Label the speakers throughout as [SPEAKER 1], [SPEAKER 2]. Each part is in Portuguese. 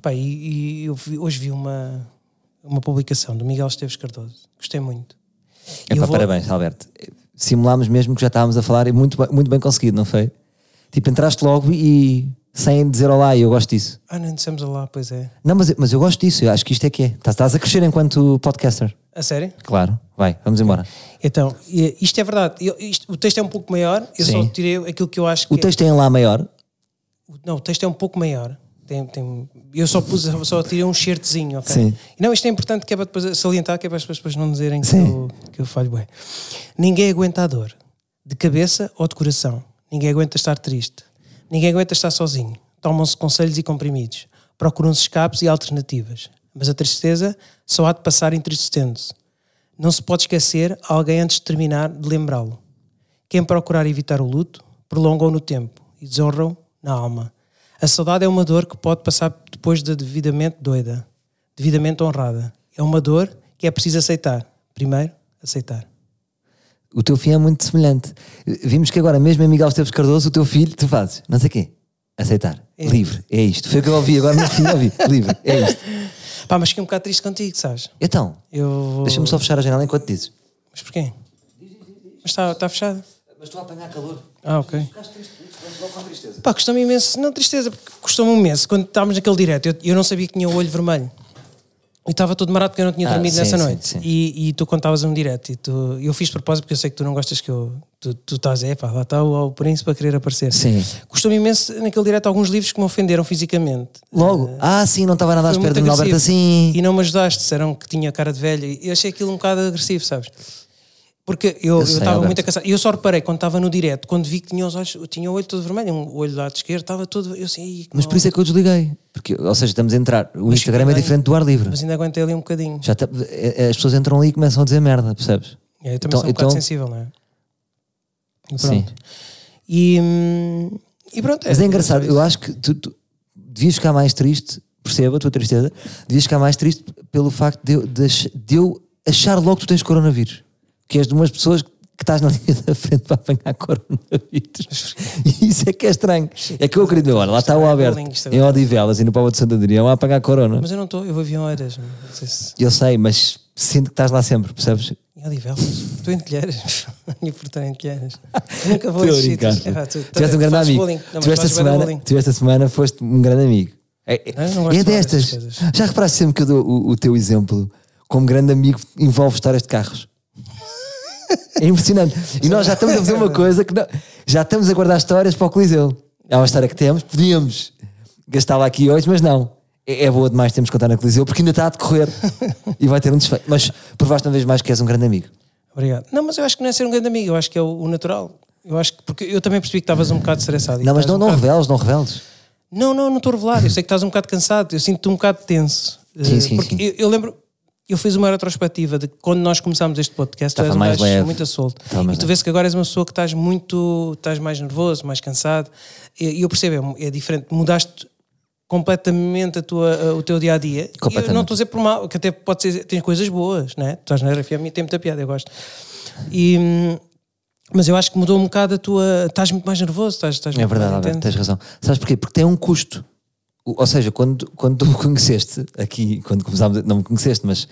[SPEAKER 1] Pá, e, e eu vi- hoje vi uma, uma publicação do Miguel Esteves Cardoso, gostei muito. E
[SPEAKER 2] Epá,
[SPEAKER 1] eu vou-
[SPEAKER 2] É Parabéns, Alberto. Simulámos mesmo que já estávamos a falar e muito, bem- muito bem conseguido, não foi? Tipo, entraste logo e sem dizer olá, e eu gosto disso.
[SPEAKER 1] Ah, não dissemos lá, pois é.
[SPEAKER 2] Não, mas, mas eu gosto disso, eu acho que isto é que é. Estás, estás a crescer enquanto podcaster.
[SPEAKER 1] A sério?
[SPEAKER 2] Claro, vai, vamos embora.
[SPEAKER 1] Então, e- isto é verdade. Eu- isto- o texto é um pouco maior, eu
[SPEAKER 2] Sim.
[SPEAKER 1] só tirei aquilo que eu acho que.
[SPEAKER 2] O texto é em lá maior.
[SPEAKER 1] é- não, o texto é um pouco maior. Tem, tem, eu só pus, só tirei um xertezinho, ok?
[SPEAKER 2] Sim.
[SPEAKER 1] Não, isto é importante que é para depois salientar, que é para as pessoas depois não dizerem que
[SPEAKER 2] Sim.
[SPEAKER 1] eu, que eu falho bem. Ninguém aguenta a dor, de cabeça ou de coração. Ninguém aguenta estar triste. Ninguém aguenta estar sozinho. Tomam-se conselhos e comprimidos. Procuram-se escapes e alternativas. Mas a tristeza só há de passar entristecendo-se. Não se pode esquecer alguém antes de terminar de lembrá-lo. Quem procurar evitar o luto, prolonga-o no tempo e desonra-o na alma. A saudade é uma dor que pode passar depois de devidamente doida, devidamente honrada. É uma dor que é preciso aceitar. Primeiro, aceitar.
[SPEAKER 2] O teu fim é muito semelhante. Vimos que agora, mesmo em Miguel Esteves Cardoso, o teu filho, tu fazes, não sei o quê, aceitar. Livre, é isto. Foi o que eu ouvi agora no fim, ouvi. Livre, é isto.
[SPEAKER 1] Pá, mas fiquei um bocado triste contigo, sabes?
[SPEAKER 2] Então,
[SPEAKER 1] Eu vou...
[SPEAKER 2] deixa-me só fechar a janela enquanto dizes.
[SPEAKER 1] Mas porquê? Mas está tá fechado.
[SPEAKER 2] Mas estou a apanhar calor.
[SPEAKER 1] Ah, ok. Pá, custou-me imenso. Não, tristeza, porque custou-me imenso. Quando estávamos naquele direto, eu, eu não sabia que tinha o olho vermelho. E estava todo marado porque eu não tinha
[SPEAKER 2] Ah,
[SPEAKER 1] dormido
[SPEAKER 2] sim,
[SPEAKER 1] nessa
[SPEAKER 2] sim,
[SPEAKER 1] noite.
[SPEAKER 2] sim.
[SPEAKER 1] E, e tu contavas um direto. E tu, eu fiz de propósito porque eu sei que tu não gostas que eu. Tu, tu estás, é pá, lá está o, o príncipe a querer aparecer.
[SPEAKER 2] Sim.
[SPEAKER 1] Custou-me imenso naquele direto alguns livros que me ofenderam fisicamente.
[SPEAKER 2] Logo, ah, sim, não estava nada à
[SPEAKER 1] Foi
[SPEAKER 2] espera
[SPEAKER 1] muito
[SPEAKER 2] de um Alberto
[SPEAKER 1] agressivo.
[SPEAKER 2] assim.
[SPEAKER 1] E não me ajudaste, disseram que tinha cara de velho. E Eu achei aquilo um bocado agressivo, sabes? Porque eu eu
[SPEAKER 2] sei,
[SPEAKER 1] estava
[SPEAKER 2] Alberto.
[SPEAKER 1] muito acassado. E eu só reparei quando estava no direto, quando vi que tinha os olhos, eu tinha o olho todo vermelho, um olho do lado esquerdo, estava todo. Eu assim, "Ih, que
[SPEAKER 2] Mas
[SPEAKER 1] mal."
[SPEAKER 2] por isso é que eu desliguei. Porque, ou seja, estamos a entrar. O Instagram é
[SPEAKER 1] fica bem.
[SPEAKER 2] diferente do ar livre.
[SPEAKER 1] Mas ainda aguentei ali um bocadinho.
[SPEAKER 2] Já tá- é- é- as pessoas entram ali e começam a dizer merda, percebes?
[SPEAKER 1] É, eu também sou um bocado sensível, não é? E
[SPEAKER 2] Então, Sim.
[SPEAKER 1] pronto. E, hum, e pronto.
[SPEAKER 2] Mas é engraçado, eu acho que tu, tu devias ficar mais triste, percebo a tua tristeza, devias ficar mais triste pelo facto de eu, de ach- de eu achar logo que tu tens coronavírus. Que és de umas pessoas que estás na linha da frente para apanhar coronavírus. E isso é que é estranho. É que eu acredito, olha, lá está o Alberto,
[SPEAKER 1] Isto é
[SPEAKER 2] em Odivelas e no Pau de Santo Adrião a apanhar corona.
[SPEAKER 1] Mas eu não estou, eu vou horas. Não sei se.
[SPEAKER 2] Eu sei, mas sinto que estás lá sempre, percebes?
[SPEAKER 1] Em Odivelas. Estou em Telheiras. Minha portão em Telheiras. Nunca vou a
[SPEAKER 2] Estou a
[SPEAKER 1] esses
[SPEAKER 2] brincar.
[SPEAKER 1] sítios. Ah,
[SPEAKER 2] Tu és um
[SPEAKER 1] fazes
[SPEAKER 2] grande amigo.
[SPEAKER 1] bullying. Não, mas
[SPEAKER 2] tu, esta
[SPEAKER 1] fazes bué de
[SPEAKER 2] semana,
[SPEAKER 1] bullying.
[SPEAKER 2] tu esta semana foste um grande amigo. É, é-
[SPEAKER 1] Não, eu não gosto
[SPEAKER 2] é
[SPEAKER 1] de falar
[SPEAKER 2] destas.
[SPEAKER 1] destas coisas.
[SPEAKER 2] Já reparaste sempre que eu dou o, o teu exemplo como grande amigo envolve histórias de carros? É impressionante. E nós já estamos a fazer uma coisa que não- já estamos a guardar histórias para o Coliseu. É uma história que temos, podíamos gastá-la aqui hoje, mas não. É, é boa demais temos que contar na Coliseu porque ainda está a decorrer e vai ter um desfecho. Mas provaste uma vez mais que és um grande amigo.
[SPEAKER 1] Obrigado. Não, mas eu acho que não é ser um grande amigo, eu acho que é o, o natural. Eu acho que, porque eu também percebi que estavas um bocado estressado. e
[SPEAKER 2] Não, mas
[SPEAKER 1] estás
[SPEAKER 2] não,
[SPEAKER 1] um
[SPEAKER 2] não
[SPEAKER 1] bocado-
[SPEAKER 2] reveles, não reveles.
[SPEAKER 1] Não, não, não estou a revelar. Eu sei que estás um bocado cansado, eu sinto-te um bocado tenso.
[SPEAKER 2] Sim,
[SPEAKER 1] Eh,
[SPEAKER 2] sim,
[SPEAKER 1] porque
[SPEAKER 2] sim.
[SPEAKER 1] Eu, eu lembro, eu fiz uma retrospectiva de quando nós começámos este podcast, tu
[SPEAKER 2] Estava
[SPEAKER 1] és um
[SPEAKER 2] mais
[SPEAKER 1] gajo
[SPEAKER 2] leve.
[SPEAKER 1] muito assolto.
[SPEAKER 2] Estava mais
[SPEAKER 1] E tu
[SPEAKER 2] leve.
[SPEAKER 1] vês que agora és uma pessoa que estás muito, estás mais nervoso, mais cansado. E e eu percebo, é, é diferente. Mudaste completamente a tua, a- o teu dia a dia.
[SPEAKER 2] Completamente.
[SPEAKER 1] Eu não estou a dizer por mal, que até pode ser, tem coisas boas, né? Tu estás na RFM e tem muita piada, eu gosto. E, hum, mas eu acho que mudou um bocado a tua. Estás muito mais nervoso, estás, estás
[SPEAKER 2] É
[SPEAKER 1] muito
[SPEAKER 2] verdade,
[SPEAKER 1] mais
[SPEAKER 2] Alberto,
[SPEAKER 1] intenso.
[SPEAKER 2] tens razão. Sabes porquê? Porque tem um custo. O- Ou seja, quando, quando tu me conheceste, aqui, quando começámos, a- não me conheceste, mas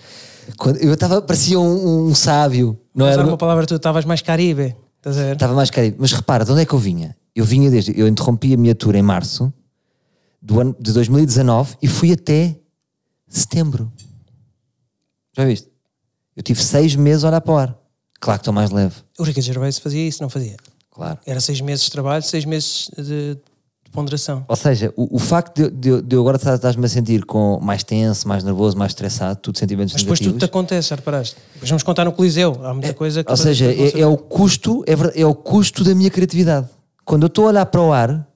[SPEAKER 2] quando, eu estava, parecia um, um sábio, não
[SPEAKER 1] Usar
[SPEAKER 2] era?
[SPEAKER 1] uma palavra tu estavas mais caribe, estás a ver?
[SPEAKER 2] Estava mais caribe. Mas repara, de onde é que eu vinha? Eu vinha desde. Eu interrompi a minha tour em março do ano, de 2019 e fui até setembro. Já viste? Eu tive seis meses a olhar para o ar. Claro que estou mais leve.
[SPEAKER 1] O Ricardo Gervais fazia isso, não fazia?
[SPEAKER 2] Claro.
[SPEAKER 1] Era seis meses de trabalho, seis meses de, de ponderação.
[SPEAKER 2] Ou seja, o, o facto de, eu- de eu- de eu agora estar- estás-me a sentir com mais tenso, mais nervoso, mais estressado, tudo sentimentos
[SPEAKER 1] Mas depois
[SPEAKER 2] negativos.
[SPEAKER 1] tudo te acontece, já reparaste? Depois vamos contar no Coliseu, há muita coisa que...
[SPEAKER 2] Ou seja, é, é o custo, é, ver- é o custo da minha criatividade. Quando eu estou a olhar para o ar,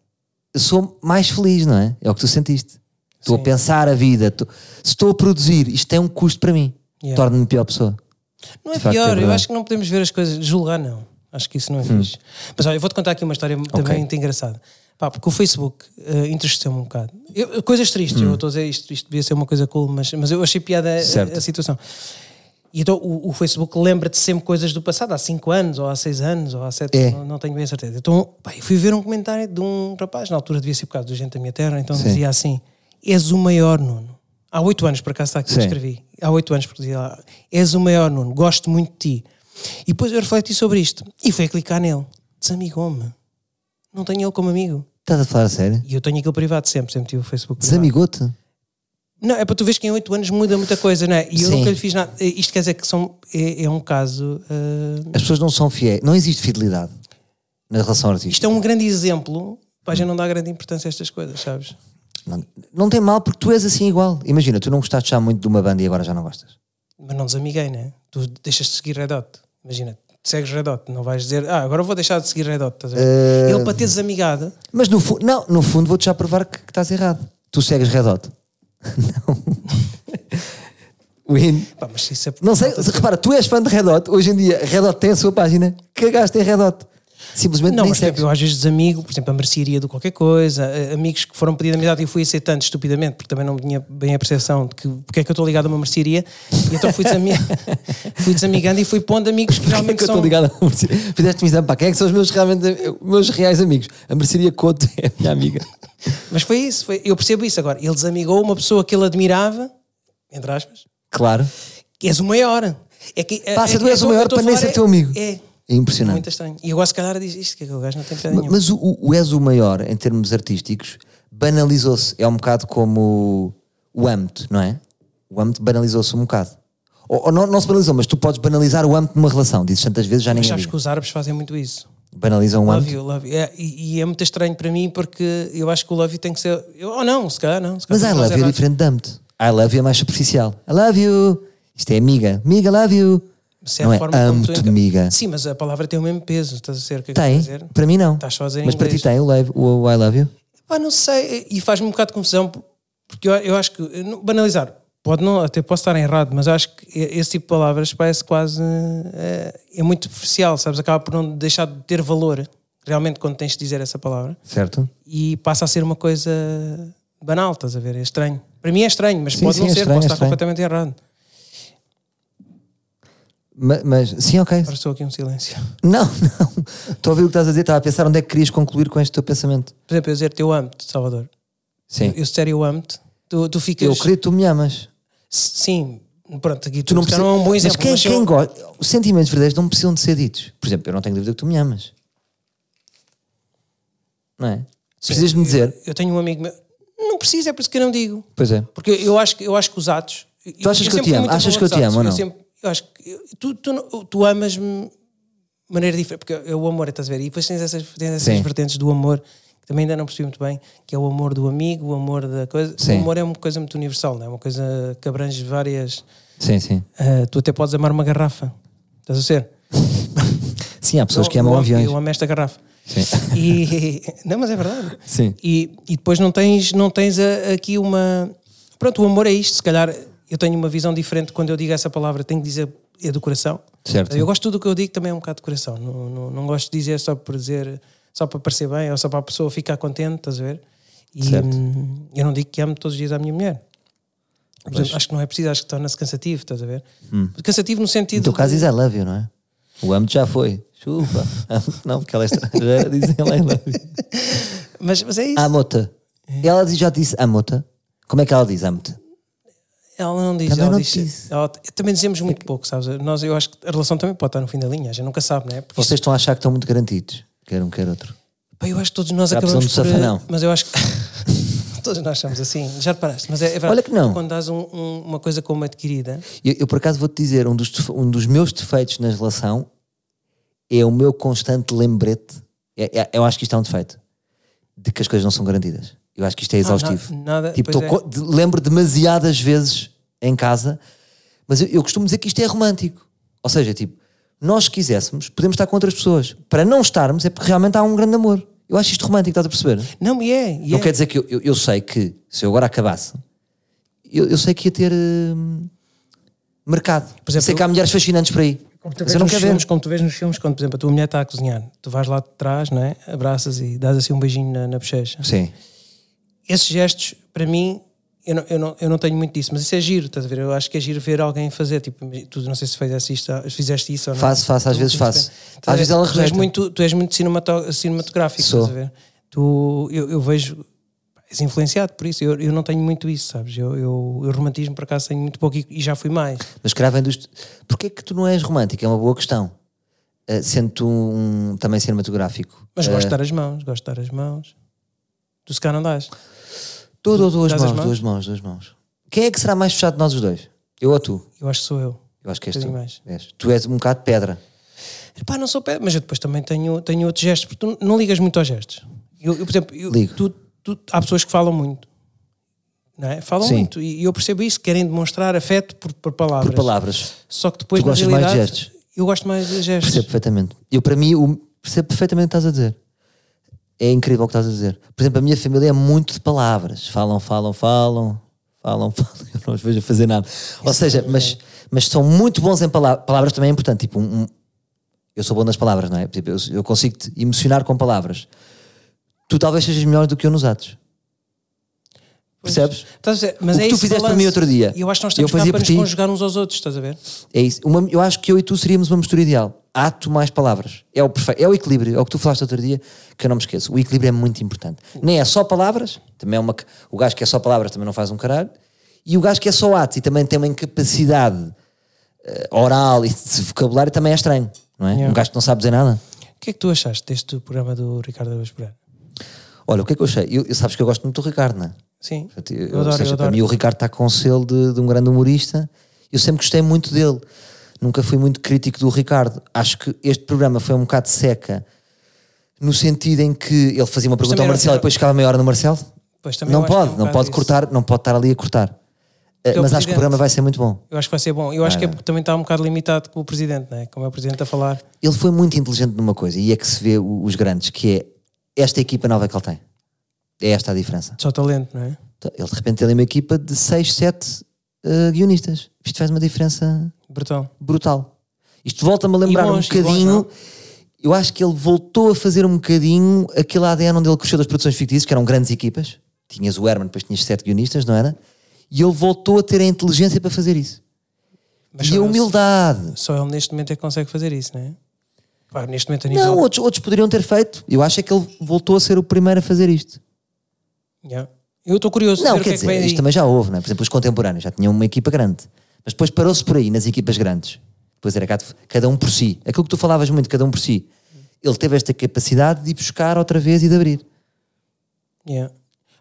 [SPEAKER 2] eu sou mais feliz, não é? É o que tu sentiste. Estou a
[SPEAKER 1] Sim.
[SPEAKER 2] pensar a vida, estou- se estou a produzir, isto tem um custo para mim.
[SPEAKER 1] Yeah.
[SPEAKER 2] Torna-me pior pessoa.
[SPEAKER 1] Não é
[SPEAKER 2] de facto, é
[SPEAKER 1] pior, eu
[SPEAKER 2] verdade. Hum.
[SPEAKER 1] acho que não podemos ver as coisas, julgar não. Acho que isso não é fixe. Mas olha, eu vou-te contar aqui uma história também muito engraçada. Pá, porque o Facebook eh, entristeceu-me um bocado. Eu- coisas
[SPEAKER 2] Hum.
[SPEAKER 1] tristes, eu estou a dizer isto, isto devia ser uma coisa cool, mas, mas eu achei piada a,
[SPEAKER 2] Certo.
[SPEAKER 1] a situação. E então o, o Facebook lembra-te sempre coisas do passado, há 5 anos, ou há 6 anos, ou há 7,
[SPEAKER 2] É.
[SPEAKER 1] não, não tenho bem a certeza. Então, pá, eu fui ver um comentário de um rapaz, na altura devia ser por causa de gente da minha terra, então dizia assim: És o maior, Nuno. Há oito anos, por acaso está aqui,
[SPEAKER 2] Sim.
[SPEAKER 1] escrevi. Há oito anos, porque dizia lá, és o maior, Nuno, gosto muito de ti. E depois eu refleti sobre isto e fui a clicar nele. Desamigou-me. Não tenho ele como amigo.
[SPEAKER 2] Estás a falar a sério?
[SPEAKER 1] E eu tenho aquele privado sempre, sempre tive o Facebook privado.
[SPEAKER 2] Desamigou-te?
[SPEAKER 1] Não, é para tu veres que em oito anos muda muita coisa, não é? E eu
[SPEAKER 2] Sim.
[SPEAKER 1] nunca lhe fiz nada. Isto quer dizer que são, é, é um caso. ah,
[SPEAKER 2] As pessoas não são fiéis. Não existe fidelidade na relação
[SPEAKER 1] Isto
[SPEAKER 2] artística.
[SPEAKER 1] é um grande exemplo. Pá, já não dá grande importância a estas coisas, sabes?
[SPEAKER 2] Não, não tem mal porque tu és assim igual. Imagina, tu não gostaste já muito de uma banda e agora já não gostas.
[SPEAKER 1] Mas não desamiguei, né? Tu deixas de seguir Red Hot. Imagina, segues Red Hot, não vais dizer, ah, agora vou deixar de seguir Red Hot. estás a ver? Ele para ter desamigado,
[SPEAKER 2] Mas no fundo, não, no fundo vou-te já provar que, que estás errado. Tu segues Red Hot. Não. Win.
[SPEAKER 1] pá, mas isso é
[SPEAKER 2] Não sei, se- repara, tu és fã de Red Hot. Hoje em dia, Red Hot tem a sua página. Cagaste em Red Hot. Simplesmente
[SPEAKER 1] Não,
[SPEAKER 2] nem
[SPEAKER 1] mas por exemplo,
[SPEAKER 2] segues.
[SPEAKER 1] eu às vezes desamigo, por exemplo, a mercearia do qualquer coisa, eh, amigos que foram pedir amizade e eu fui aceitando estupidamente, porque também não tinha bem a percepção de que porque é que eu estou ligado a uma mercearia, e então fui, desami- fui desamigando e fui pondo amigos que
[SPEAKER 2] Porquê é
[SPEAKER 1] realmente
[SPEAKER 2] que eu
[SPEAKER 1] são.
[SPEAKER 2] estou ligado a mercearia? Fizeste-me exame para quem é que são os meus, realmente, meus reais amigos? A mercearia Couto é a minha amiga.
[SPEAKER 1] Mas foi isso, foi- eu percebo isso agora. Ele desamigou uma pessoa que ele admirava, entre aspas,
[SPEAKER 2] Claro.
[SPEAKER 1] que és o maior. É que, é-
[SPEAKER 2] Passa
[SPEAKER 1] é-
[SPEAKER 2] do és
[SPEAKER 1] é-
[SPEAKER 2] o maior
[SPEAKER 1] eu estou a
[SPEAKER 2] para nem
[SPEAKER 1] falar
[SPEAKER 2] ser
[SPEAKER 1] é-
[SPEAKER 2] teu amigo.
[SPEAKER 1] É,
[SPEAKER 2] É impressionante.
[SPEAKER 1] muito estranho. E agora se calhar diz isto, que aquele gajo não tem piada
[SPEAKER 2] Ma-
[SPEAKER 1] nenhuma.
[SPEAKER 2] Mas o, o, o és o maior em termos artísticos banalizou-se. É um bocado como o âmbito, não é? O âmbito banalizou-se um bocado. Ou, ou não, não se banalizou, mas tu podes banalizar o âmbito numa relação. Dizes tantas vezes já
[SPEAKER 1] Mas
[SPEAKER 2] ninguém
[SPEAKER 1] sabes
[SPEAKER 2] liga.
[SPEAKER 1] que os árabes fazem muito isso.
[SPEAKER 2] banalizam o
[SPEAKER 1] Love
[SPEAKER 2] âmbito.
[SPEAKER 1] you, love you. É, e, e é muito estranho para mim porque eu acho que o love you tem que ser. eu- ou não, se calhar não. Se calhar
[SPEAKER 2] Mas I
[SPEAKER 1] não,
[SPEAKER 2] love
[SPEAKER 1] é
[SPEAKER 2] you é
[SPEAKER 1] nada.
[SPEAKER 2] diferente de âmbito. I love you é mais superficial. I love you. Isto é amiga. Amiga, love you.
[SPEAKER 1] Se
[SPEAKER 2] Não é
[SPEAKER 1] forma como tu
[SPEAKER 2] âmbito,
[SPEAKER 1] enca-
[SPEAKER 2] amiga.
[SPEAKER 1] Sim, mas a palavra tem o mesmo peso. Estás a dizer o que é que eu
[SPEAKER 2] Tem.
[SPEAKER 1] estou a dizer?
[SPEAKER 2] Para mim não.
[SPEAKER 1] Estás só a dizer em
[SPEAKER 2] Mas para ti
[SPEAKER 1] inglês.
[SPEAKER 2] tem o, love, o, o I love you.
[SPEAKER 1] Pá, não sei. E faz-me um bocado de confusão porque eu, eu acho que. eu não- Banalizar. Pode não, até posso estar errado, mas acho que e- esse tipo de palavras parece quase. eh, É, muito superficial, sabes? Acaba por não deixar de ter valor realmente quando tens de dizer essa palavra.
[SPEAKER 2] Certo?
[SPEAKER 1] e passa a ser uma coisa banal, estás a ver? É estranho. Para mim é estranho, mas
[SPEAKER 2] Sim,
[SPEAKER 1] pode
[SPEAKER 2] sim,
[SPEAKER 1] não
[SPEAKER 2] é
[SPEAKER 1] ser,
[SPEAKER 2] estranho,
[SPEAKER 1] posso
[SPEAKER 2] é
[SPEAKER 1] estar
[SPEAKER 2] estranho.
[SPEAKER 1] completamente errado.
[SPEAKER 2] Ma- Mas, sim, ok.
[SPEAKER 1] Agora estou aqui um silêncio.
[SPEAKER 2] Não, não. Estou a ouvir o que estás a dizer. Estava a pensar onde é que querias concluir com este teu pensamento.
[SPEAKER 1] Por exemplo, eu dizer teu âmbito, Salvador.
[SPEAKER 2] Sim.
[SPEAKER 1] Eu se disser eu amo-te, tu, tu ficas.
[SPEAKER 2] Eu creio que tu me amas.
[SPEAKER 1] S- Sim, pronto, aqui tu,
[SPEAKER 2] Tu
[SPEAKER 1] não, não é um bom exemplo.
[SPEAKER 2] Mas quem,
[SPEAKER 1] mas eu-
[SPEAKER 2] quem gosta. Os sentimentos verdadeiros não precisam de ser ditos. Por exemplo, eu não tenho dúvida que tu me amas. Não é?
[SPEAKER 1] Sim,
[SPEAKER 2] Precisas de me dizer.
[SPEAKER 1] Eu tenho um amigo meu. Não precisa, é por isso que eu não digo.
[SPEAKER 2] Pois é.
[SPEAKER 1] Porque eu acho, que- eu acho que os atos. Tu
[SPEAKER 2] achas que eu te amo? Achas que eu te amo ou não?
[SPEAKER 1] eu acho que. eu- tu tu, não- tu amas-me de maneira diferente. Porque é o amor, estás a ver? E depois tens essas, tens essas
[SPEAKER 2] Sim.
[SPEAKER 1] vertentes do amor, que também ainda não percebi muito bem, que é o amor do amigo, o amor da coisa.
[SPEAKER 2] Sim.
[SPEAKER 1] O amor é uma coisa muito universal, não é? Uma coisa que abrange várias.
[SPEAKER 2] Sim, sim.
[SPEAKER 1] ah, tu até podes amar uma garrafa. Estás a ser?
[SPEAKER 2] Sim, há pessoas
[SPEAKER 1] Eu-
[SPEAKER 2] que amam
[SPEAKER 1] eu amo-
[SPEAKER 2] aviões.
[SPEAKER 1] Eu amo esta garrafa.
[SPEAKER 2] Sim.
[SPEAKER 1] E, não, mas é verdade.
[SPEAKER 2] Sim.
[SPEAKER 1] E, e depois não tens, não tens a- aqui uma. Pronto, o amor é isto. Se calhar eu tenho uma visão diferente quando eu digo essa palavra, tenho que dizer é do coração.
[SPEAKER 2] Certo.
[SPEAKER 1] Eu gosto de tudo o que eu digo também é um bocado de coração. Não, não, não gosto de dizer só por dizer, só para parecer bem ou só para a pessoa ficar contente, estás a ver? E
[SPEAKER 2] Certo.
[SPEAKER 1] hum, eu não digo que amo todos os dias à minha mulher. Por exemplo, acho que não é preciso, acho que torna-se cansativo, estás a ver?
[SPEAKER 2] Hum.
[SPEAKER 1] Cansativo no sentido.
[SPEAKER 2] No teu caso
[SPEAKER 1] de-
[SPEAKER 2] diz I love you, não é? O amo já foi. Chupa. Amo-te Não, porque ela é estrangeira. Dizem ela I love you.
[SPEAKER 1] mas, mas é isso.
[SPEAKER 2] Amo-te. Ela já disse amo-te. Como é que ela diz amo-te?
[SPEAKER 1] Ela não diz,
[SPEAKER 2] Também
[SPEAKER 1] ela
[SPEAKER 2] não
[SPEAKER 1] diz.
[SPEAKER 2] disse.
[SPEAKER 1] ela- também dizemos muito pouco, sabes? Nós, eu acho que a relação também pode estar no fim da linha, a gente nunca sabe, não é? Porque
[SPEAKER 2] Vocês estão a achar que estão muito garantidos. Quer um, quer outro.
[SPEAKER 1] pá, eu acho que todos nós
[SPEAKER 2] Já
[SPEAKER 1] acabamos por.
[SPEAKER 2] precisamos de safanão.
[SPEAKER 1] Mas eu acho que. todos nós somos assim, já reparaste. Mas é, é verdade.
[SPEAKER 2] Olha que não.
[SPEAKER 1] Quando dás um- um- uma coisa como adquirida,
[SPEAKER 2] Eu, eu, por acaso vou-te dizer, um dos, defe- um dos meus defeitos na relação é o meu constante lembrete. É- é- eu acho que isto é um defeito. De que as coisas não são garantidas. Eu acho que isto é exaustivo.
[SPEAKER 1] na- Ah, nada-
[SPEAKER 2] tipo,
[SPEAKER 1] pois é.
[SPEAKER 2] tô co- de- lembro demasiadas vezes em casa, mas eu, eu costumo dizer que isto é romântico. Ou seja, tipo, nós se quiséssemos, podemos estar com outras pessoas. Para não estarmos, é porque realmente há um grande amor. Eu acho isto romântico, estás a perceber?
[SPEAKER 1] não, e é. E
[SPEAKER 2] Não
[SPEAKER 1] é.
[SPEAKER 2] quer dizer que eu, eu, eu sei que se eu agora acabasse, eu, eu sei que ia ter hum, mercado.
[SPEAKER 1] Por exemplo,
[SPEAKER 2] sei que há mulheres fascinantes por aí.
[SPEAKER 1] Como tu,
[SPEAKER 2] Mas
[SPEAKER 1] vês
[SPEAKER 2] eu não
[SPEAKER 1] nos
[SPEAKER 2] quero
[SPEAKER 1] filmes,
[SPEAKER 2] ver.
[SPEAKER 1] como tu vês nos filmes, quando, por exemplo, a tua mulher está a cozinhar, tu vais lá de trás, não é? abraças e dás assim um beijinho na, na bochecha.
[SPEAKER 2] Sim.
[SPEAKER 1] esses gestos, para mim, eu não, eu, não, eu não tenho muito disso, mas isso é giro, estás a ver? Eu acho que é giro ver alguém fazer, tipo, tu não sei se fizeste, isto, fizeste isso ou não.
[SPEAKER 2] Faço, faço, às
[SPEAKER 1] Tu-
[SPEAKER 2] vezes
[SPEAKER 1] tu-
[SPEAKER 2] faço.
[SPEAKER 1] tu-
[SPEAKER 2] Às vezes ela
[SPEAKER 1] tu És influenciado por isso. Eu, eu não tenho muito isso, sabes? Eu, eu, eu romantismo, por acaso, tenho muito pouco e, e já fui mais.
[SPEAKER 2] Mas calhar vem dos. Porquê é que tu não és romântico? É uma boa questão. Ah, sendo tu um, também cinematográfico.
[SPEAKER 1] Mas gosto de dar as mãos, gosto de dar as mãos. Tu se calhar não dás.
[SPEAKER 2] Dou, dou, dou as
[SPEAKER 1] Dás
[SPEAKER 2] mãos,
[SPEAKER 1] as
[SPEAKER 2] duas mãos, duas mãos. Quem é que será mais fechado de nós os dois? Eu ou tu?
[SPEAKER 1] Eu acho que sou eu.
[SPEAKER 2] Eu acho que és
[SPEAKER 1] Um
[SPEAKER 2] tu.
[SPEAKER 1] bocadinho mais.
[SPEAKER 2] És. Tu és um bocado pedra.
[SPEAKER 1] Pá, Tipo, "Ah, não sou pé, mas eu depois também tenho, tenho outros gestos, porque tu não ligas muito aos gestos. Eu, eu, por exemplo, eu-
[SPEAKER 2] Ligo.
[SPEAKER 1] tu- tu- há pessoas que falam muito. Não é? Falam
[SPEAKER 2] Sim.
[SPEAKER 1] muito. E eu percebo isso, querem demonstrar afeto por, por palavras.
[SPEAKER 2] Por palavras.
[SPEAKER 1] Só que depois,
[SPEAKER 2] Tu
[SPEAKER 1] na
[SPEAKER 2] gostas mais de
[SPEAKER 1] realidade,
[SPEAKER 2] gestos?
[SPEAKER 1] eu gosto mais de gestos.
[SPEAKER 2] Percebo perfeitamente. Eu, para mim, o- percebo perfeitamente o que estás a dizer. É incrível o que estás a dizer. Por exemplo, a minha família é muito de palavras. Falam, falam, falam, falam, falam. Eu não os vejo a fazer nada. Ou seja, mas, mas são muito bons em palavras. Palavras também é importante. Tipo, um- um- eu sou bom nas palavras, não é? Tipo, eu, eu consigo te emocionar com palavras. Tu talvez sejas melhor do que eu nos atos. Percebes?
[SPEAKER 1] Estás a dizer, mas
[SPEAKER 2] O que
[SPEAKER 1] é
[SPEAKER 2] tu
[SPEAKER 1] esse
[SPEAKER 2] fizeste para
[SPEAKER 1] balanço.
[SPEAKER 2] mim outro dia,
[SPEAKER 1] E eu acho que nós
[SPEAKER 2] eu
[SPEAKER 1] estamos cá
[SPEAKER 2] fazia
[SPEAKER 1] para
[SPEAKER 2] por
[SPEAKER 1] nos
[SPEAKER 2] ti.
[SPEAKER 1] conjugar uns aos outros, estás a ver?
[SPEAKER 2] É isso. Uma- eu acho que eu e tu seríamos uma mistura ideal. Ato mais palavras. É o, perfe- é o equilíbrio. É o que tu falaste outro dia que eu não me esqueço. O equilíbrio é muito importante. Nem é só palavras, também é uma. ca- O gajo que é só palavras também não faz um caralho. E o gajo que é só atos e também tem uma incapacidade eh, oral e de vocabulário também é estranho. Não é? Um gajo que não sabe dizer nada.
[SPEAKER 1] O que é que tu achaste deste programa do Ricardo Araújo Pereira?
[SPEAKER 2] Olha, o que é que eu achei? Eu, eu- sabes que eu gosto muito do Ricardo, não é?
[SPEAKER 1] Sim,
[SPEAKER 2] Portanto,
[SPEAKER 1] eu,
[SPEAKER 2] eu-
[SPEAKER 1] adoro,
[SPEAKER 2] ou seja,
[SPEAKER 1] eu
[SPEAKER 2] para
[SPEAKER 1] adoro.
[SPEAKER 2] mim o Ricardo está com o selo de, de um grande humorista. Eu sempre gostei muito dele. Nunca fui muito crítico do Ricardo. Acho que este programa foi um bocado seca no sentido em que ele fazia uma pergunta
[SPEAKER 1] também
[SPEAKER 2] ao
[SPEAKER 1] era-
[SPEAKER 2] Marcelo e depois ficava meia hora no Marcelo.
[SPEAKER 1] Pois, também
[SPEAKER 2] Não
[SPEAKER 1] eu acho que é um
[SPEAKER 2] pode, não
[SPEAKER 1] bocado
[SPEAKER 2] pode
[SPEAKER 1] isso.
[SPEAKER 2] cortar, não pode estar ali a cortar. Eh,
[SPEAKER 1] é o
[SPEAKER 2] Mas acho
[SPEAKER 1] presidente.
[SPEAKER 2] que o programa vai ser muito bom.
[SPEAKER 1] Eu acho que vai ser bom. Eu
[SPEAKER 2] Ah,
[SPEAKER 1] acho que é porque também está um bocado limitado com o Presidente, não é? Como é o Presidente a falar.
[SPEAKER 2] Ele foi muito inteligente numa coisa e é que se vê o- os grandes, que é esta equipa nova que ele tem. É esta a diferença.
[SPEAKER 1] Só talento, não é?
[SPEAKER 2] Então, Ele de repente tem ali uma equipa de 6, 7 guionistas. Isto faz uma diferença
[SPEAKER 1] Brutão.
[SPEAKER 2] brutal. Isto volta-me a lembrar
[SPEAKER 1] E
[SPEAKER 2] um
[SPEAKER 1] bons, e bons,
[SPEAKER 2] bocadinho.
[SPEAKER 1] não?
[SPEAKER 2] eu acho que ele voltou a fazer um bocadinho aquele ADN onde ele cresceu das produções fictícias, que eram grandes equipas. Tinhas o Herman, depois tinhas sete guionistas, não era? E ele voltou a ter a inteligência para fazer isso.
[SPEAKER 1] Mas
[SPEAKER 2] e
[SPEAKER 1] só
[SPEAKER 2] a
[SPEAKER 1] ele-
[SPEAKER 2] humildade.
[SPEAKER 1] Só ele neste momento é que consegue fazer isso, não é? Claro, neste momento a nível.
[SPEAKER 2] Não, outros, outros poderiam ter feito. Eu acho é que ele voltou a ser o primeiro a fazer isto.
[SPEAKER 1] Yeah. Eu estou curioso
[SPEAKER 2] Não,
[SPEAKER 1] de ver o que
[SPEAKER 2] quer
[SPEAKER 1] é que vem
[SPEAKER 2] dizer, isto
[SPEAKER 1] aí.
[SPEAKER 2] também já houve, não é? Por exemplo, os contemporâneos já tinham uma equipa grande. Mas depois parou-se por aí, nas equipas grandes. Depois era cada- cada um por si. Aquilo que tu falavas muito, cada um por si. Ele teve esta capacidade de ir buscar outra vez e de abrir.
[SPEAKER 1] Yeah.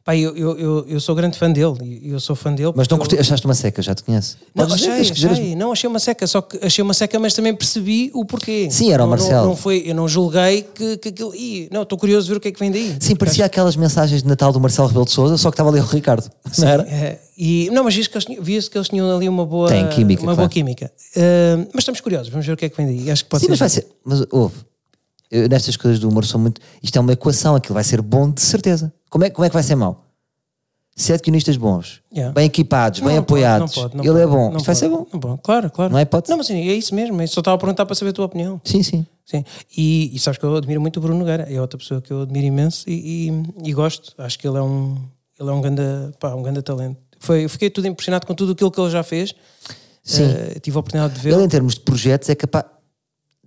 [SPEAKER 1] Pá, eu, eu, eu, eu sou grande fã dele. e Eu sou fã dele.
[SPEAKER 2] Mas não
[SPEAKER 1] porque eu-
[SPEAKER 2] curti, achaste uma seca, já te conheço.
[SPEAKER 1] Não,
[SPEAKER 2] Podes dizer,
[SPEAKER 1] achei,
[SPEAKER 2] tens que dizer as-
[SPEAKER 1] achei. não, achei uma seca, só que achei uma seca, mas também percebi o porquê.
[SPEAKER 2] Sim, era o
[SPEAKER 1] Não- não-
[SPEAKER 2] Marcelo.
[SPEAKER 1] Não, foi, eu não julguei que, que aquilo. Ih, não, estou curioso de ver o que é que vem daí.
[SPEAKER 2] Sim, parecia aquelas mensagens de Natal do Marcelo Rebelo de Souza, só que estava ali o Ricardo. Não era?
[SPEAKER 1] É, e, não, mas viu-se que, eles tinham- viu-se que eles tinham ali uma boa
[SPEAKER 2] Tem química,
[SPEAKER 1] Uma boa
[SPEAKER 2] claro.
[SPEAKER 1] química. Ah, mas estamos curiosos, vamos ver o que é que vem daí. Acho que pode
[SPEAKER 2] Sim,
[SPEAKER 1] ser.
[SPEAKER 2] mas vai ser. Mas houve. Eu, nestas coisas do humor sou muito. Isto é uma equação, aquilo vai ser bom de certeza. Como é, como é que vai ser mau? Sete guionistas bons,
[SPEAKER 1] Yeah.
[SPEAKER 2] bem equipados,
[SPEAKER 1] Não,
[SPEAKER 2] bem
[SPEAKER 1] não pode,
[SPEAKER 2] apoiados.
[SPEAKER 1] não pode, não
[SPEAKER 2] Ele é
[SPEAKER 1] pode,
[SPEAKER 2] bom.
[SPEAKER 1] não
[SPEAKER 2] Isto vai
[SPEAKER 1] pode,
[SPEAKER 2] ser bom.
[SPEAKER 1] Não pode, claro, claro.
[SPEAKER 2] Não é hipótese?
[SPEAKER 1] Não, mas sim, é isso mesmo. Eu só estava a perguntar para saber a tua opinião.
[SPEAKER 2] Sim, sim.
[SPEAKER 1] Sim. E, e sabes que eu admiro muito o Bruno Nogueira, é outra pessoa que eu admiro imenso e, e- e gosto. Acho que ele é um, ele é um grande, pá, um grande talento. Foi, eu fiquei tudo impressionado com tudo aquilo que ele já fez.
[SPEAKER 2] Sim.
[SPEAKER 1] Eh, tive a oportunidade de
[SPEAKER 2] Ele,
[SPEAKER 1] vê-lo.
[SPEAKER 2] em termos de projetos, é capaz.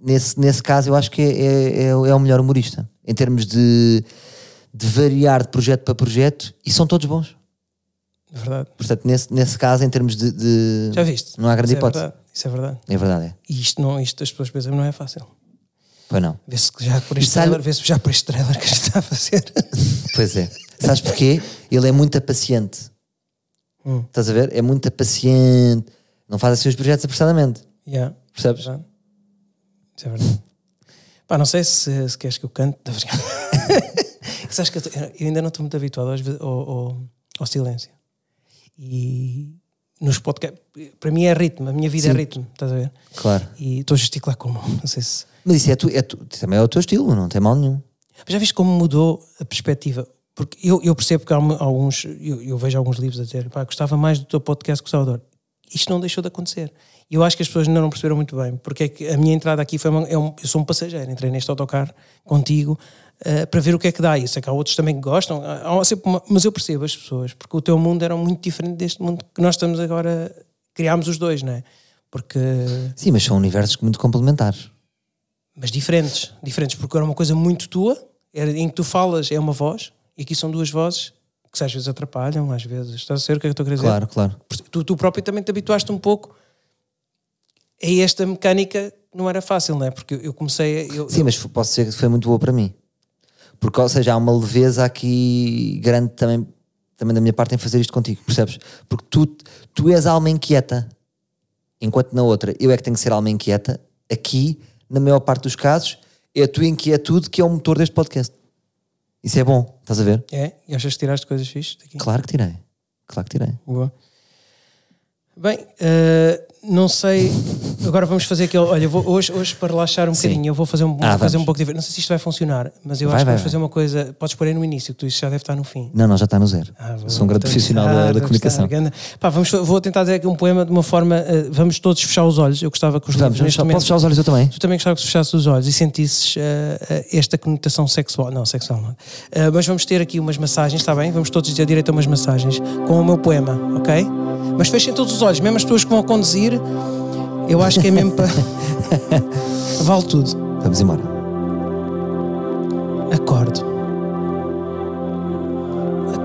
[SPEAKER 2] Nesse, nesse caso, eu acho que é, é, é o é o melhor humorista. Em termos de, de variar de projeto para projeto, e são todos bons.
[SPEAKER 1] É verdade.
[SPEAKER 2] Portanto, nesse, nesse caso, em termos de. de-
[SPEAKER 1] Já viste?
[SPEAKER 2] Não há grande
[SPEAKER 1] Isso
[SPEAKER 2] hipótese.
[SPEAKER 1] É verdade. Isso é verdade.
[SPEAKER 2] É verdade, é.
[SPEAKER 1] E isto, não, isto as pessoas pensam que não é fácil.
[SPEAKER 2] Pois não.
[SPEAKER 1] Vê-se que já por este
[SPEAKER 2] sabe-
[SPEAKER 1] trailer, vê-se já por este trailer que a gente está a fazer.
[SPEAKER 2] Pois é. Sabes porquê? Ele é muito paciente. Estás a ver? É muito paciente. Não faz assim os projetos apressadamente.
[SPEAKER 1] yeah.
[SPEAKER 2] Percebes?
[SPEAKER 1] Verdade. Isso é verdade. Pá, não sei se, se queres que eu cante. Não, brincar. Sabes que eu, tô- eu ainda não estou muito habituado às vezes ao, ao- ao silêncio. E nos podcasts, para mim é ritmo, a minha vida é
[SPEAKER 2] Sim.
[SPEAKER 1] ritmo, estás a ver?
[SPEAKER 2] Claro.
[SPEAKER 1] E estou a gesticular com a mão, não sei se.
[SPEAKER 2] Mas isso é tu, é tu, também é o teu estilo, não tem mal nenhum.
[SPEAKER 1] Já viste como mudou a perspectiva? Porque eu, eu percebo que há mu- alguns, eu, eu vejo alguns livros a dizer, pá, gostava mais do teu podcast que o Salvador. Isto não deixou de acontecer. E eu acho que as pessoas ainda não perceberam muito bem, porque é que a minha entrada aqui foi uma, é um- eu sou um passageiro, entrei neste autocarro contigo eh, para ver o que é que dá. E eu sei que há outros também que gostam, há- há sempre uma- mas eu percebo as pessoas, porque o teu mundo era muito diferente deste mundo que nós estamos agora, criámos os dois, não é? Porque
[SPEAKER 2] Sim, mas são universos muito complementares.
[SPEAKER 1] mas diferentes, diferentes, porque era uma coisa muito tua, era em que tu falas, é uma voz, e aqui são duas vozes que se às vezes atrapalham, às vezes. Estás a ser o que é que eu estou a querer dizer?
[SPEAKER 2] Claro, claro.
[SPEAKER 1] tu, tu próprio também te habituaste um pouco a esta mecânica que não era fácil, não é? Porque eu, eu comecei a. eu-
[SPEAKER 2] Sim, mas f- posso dizer que foi muito boa para mim. Porque, ou seja, há uma leveza aqui grande também, também da minha parte em fazer isto contigo, percebes? Porque tu, tu és a alma inquieta, enquanto na outra eu é que tenho que ser a alma inquieta. Aqui, na maior parte dos casos, é a tua inquietude que é o motor deste podcast. Isso é bom, estás a ver?
[SPEAKER 1] É? E achas que tiraste coisas fixas daqui?
[SPEAKER 2] Claro que tirei. Claro que tirei.
[SPEAKER 1] Boa. Bem, eh, não sei. Agora vamos fazer aquele. Olha, eu vou- hoje, hoje para relaxar um bocadinho, eu vou fazer um,
[SPEAKER 2] Ah,
[SPEAKER 1] fazer um
[SPEAKER 2] vamos.
[SPEAKER 1] pouco diferente. Não sei se isto vai funcionar, mas eu
[SPEAKER 2] Vai,
[SPEAKER 1] acho que
[SPEAKER 2] vai,
[SPEAKER 1] vamos
[SPEAKER 2] vai.
[SPEAKER 1] fazer uma coisa. Podes pôr aí no início, que tu isso já deve estar no fim.
[SPEAKER 2] Não, não, já está no zero.
[SPEAKER 1] Ah, então vou-
[SPEAKER 2] Sou um grande
[SPEAKER 1] vou
[SPEAKER 2] profissional
[SPEAKER 1] tentar,
[SPEAKER 2] da- da,
[SPEAKER 1] vou
[SPEAKER 2] comunicação.
[SPEAKER 1] tentar, ganda- Pá, vamos, vou tentar dizer aqui um poema de uma forma. eh, vamos todos fechar os olhos. Eu gostava que os
[SPEAKER 2] Vamos,
[SPEAKER 1] livros
[SPEAKER 2] vamos
[SPEAKER 1] neste
[SPEAKER 2] só,
[SPEAKER 1] momento.
[SPEAKER 2] posso fechar os olhos eu também?
[SPEAKER 1] Tu também gostava que se fechasse os olhos e sentisses eh, eh, esta conotação sexual. Não, sexual não. Eh, mas vamos ter aqui umas massagens, está bem? Vamos todos ter direito a umas massagens com o meu poema, ok? Mas fechem todos os olhos, mesmo as pessoas que vão a conduzir, eu acho que é mesmo para. vale tudo.
[SPEAKER 2] Vamos embora.
[SPEAKER 1] Acordo.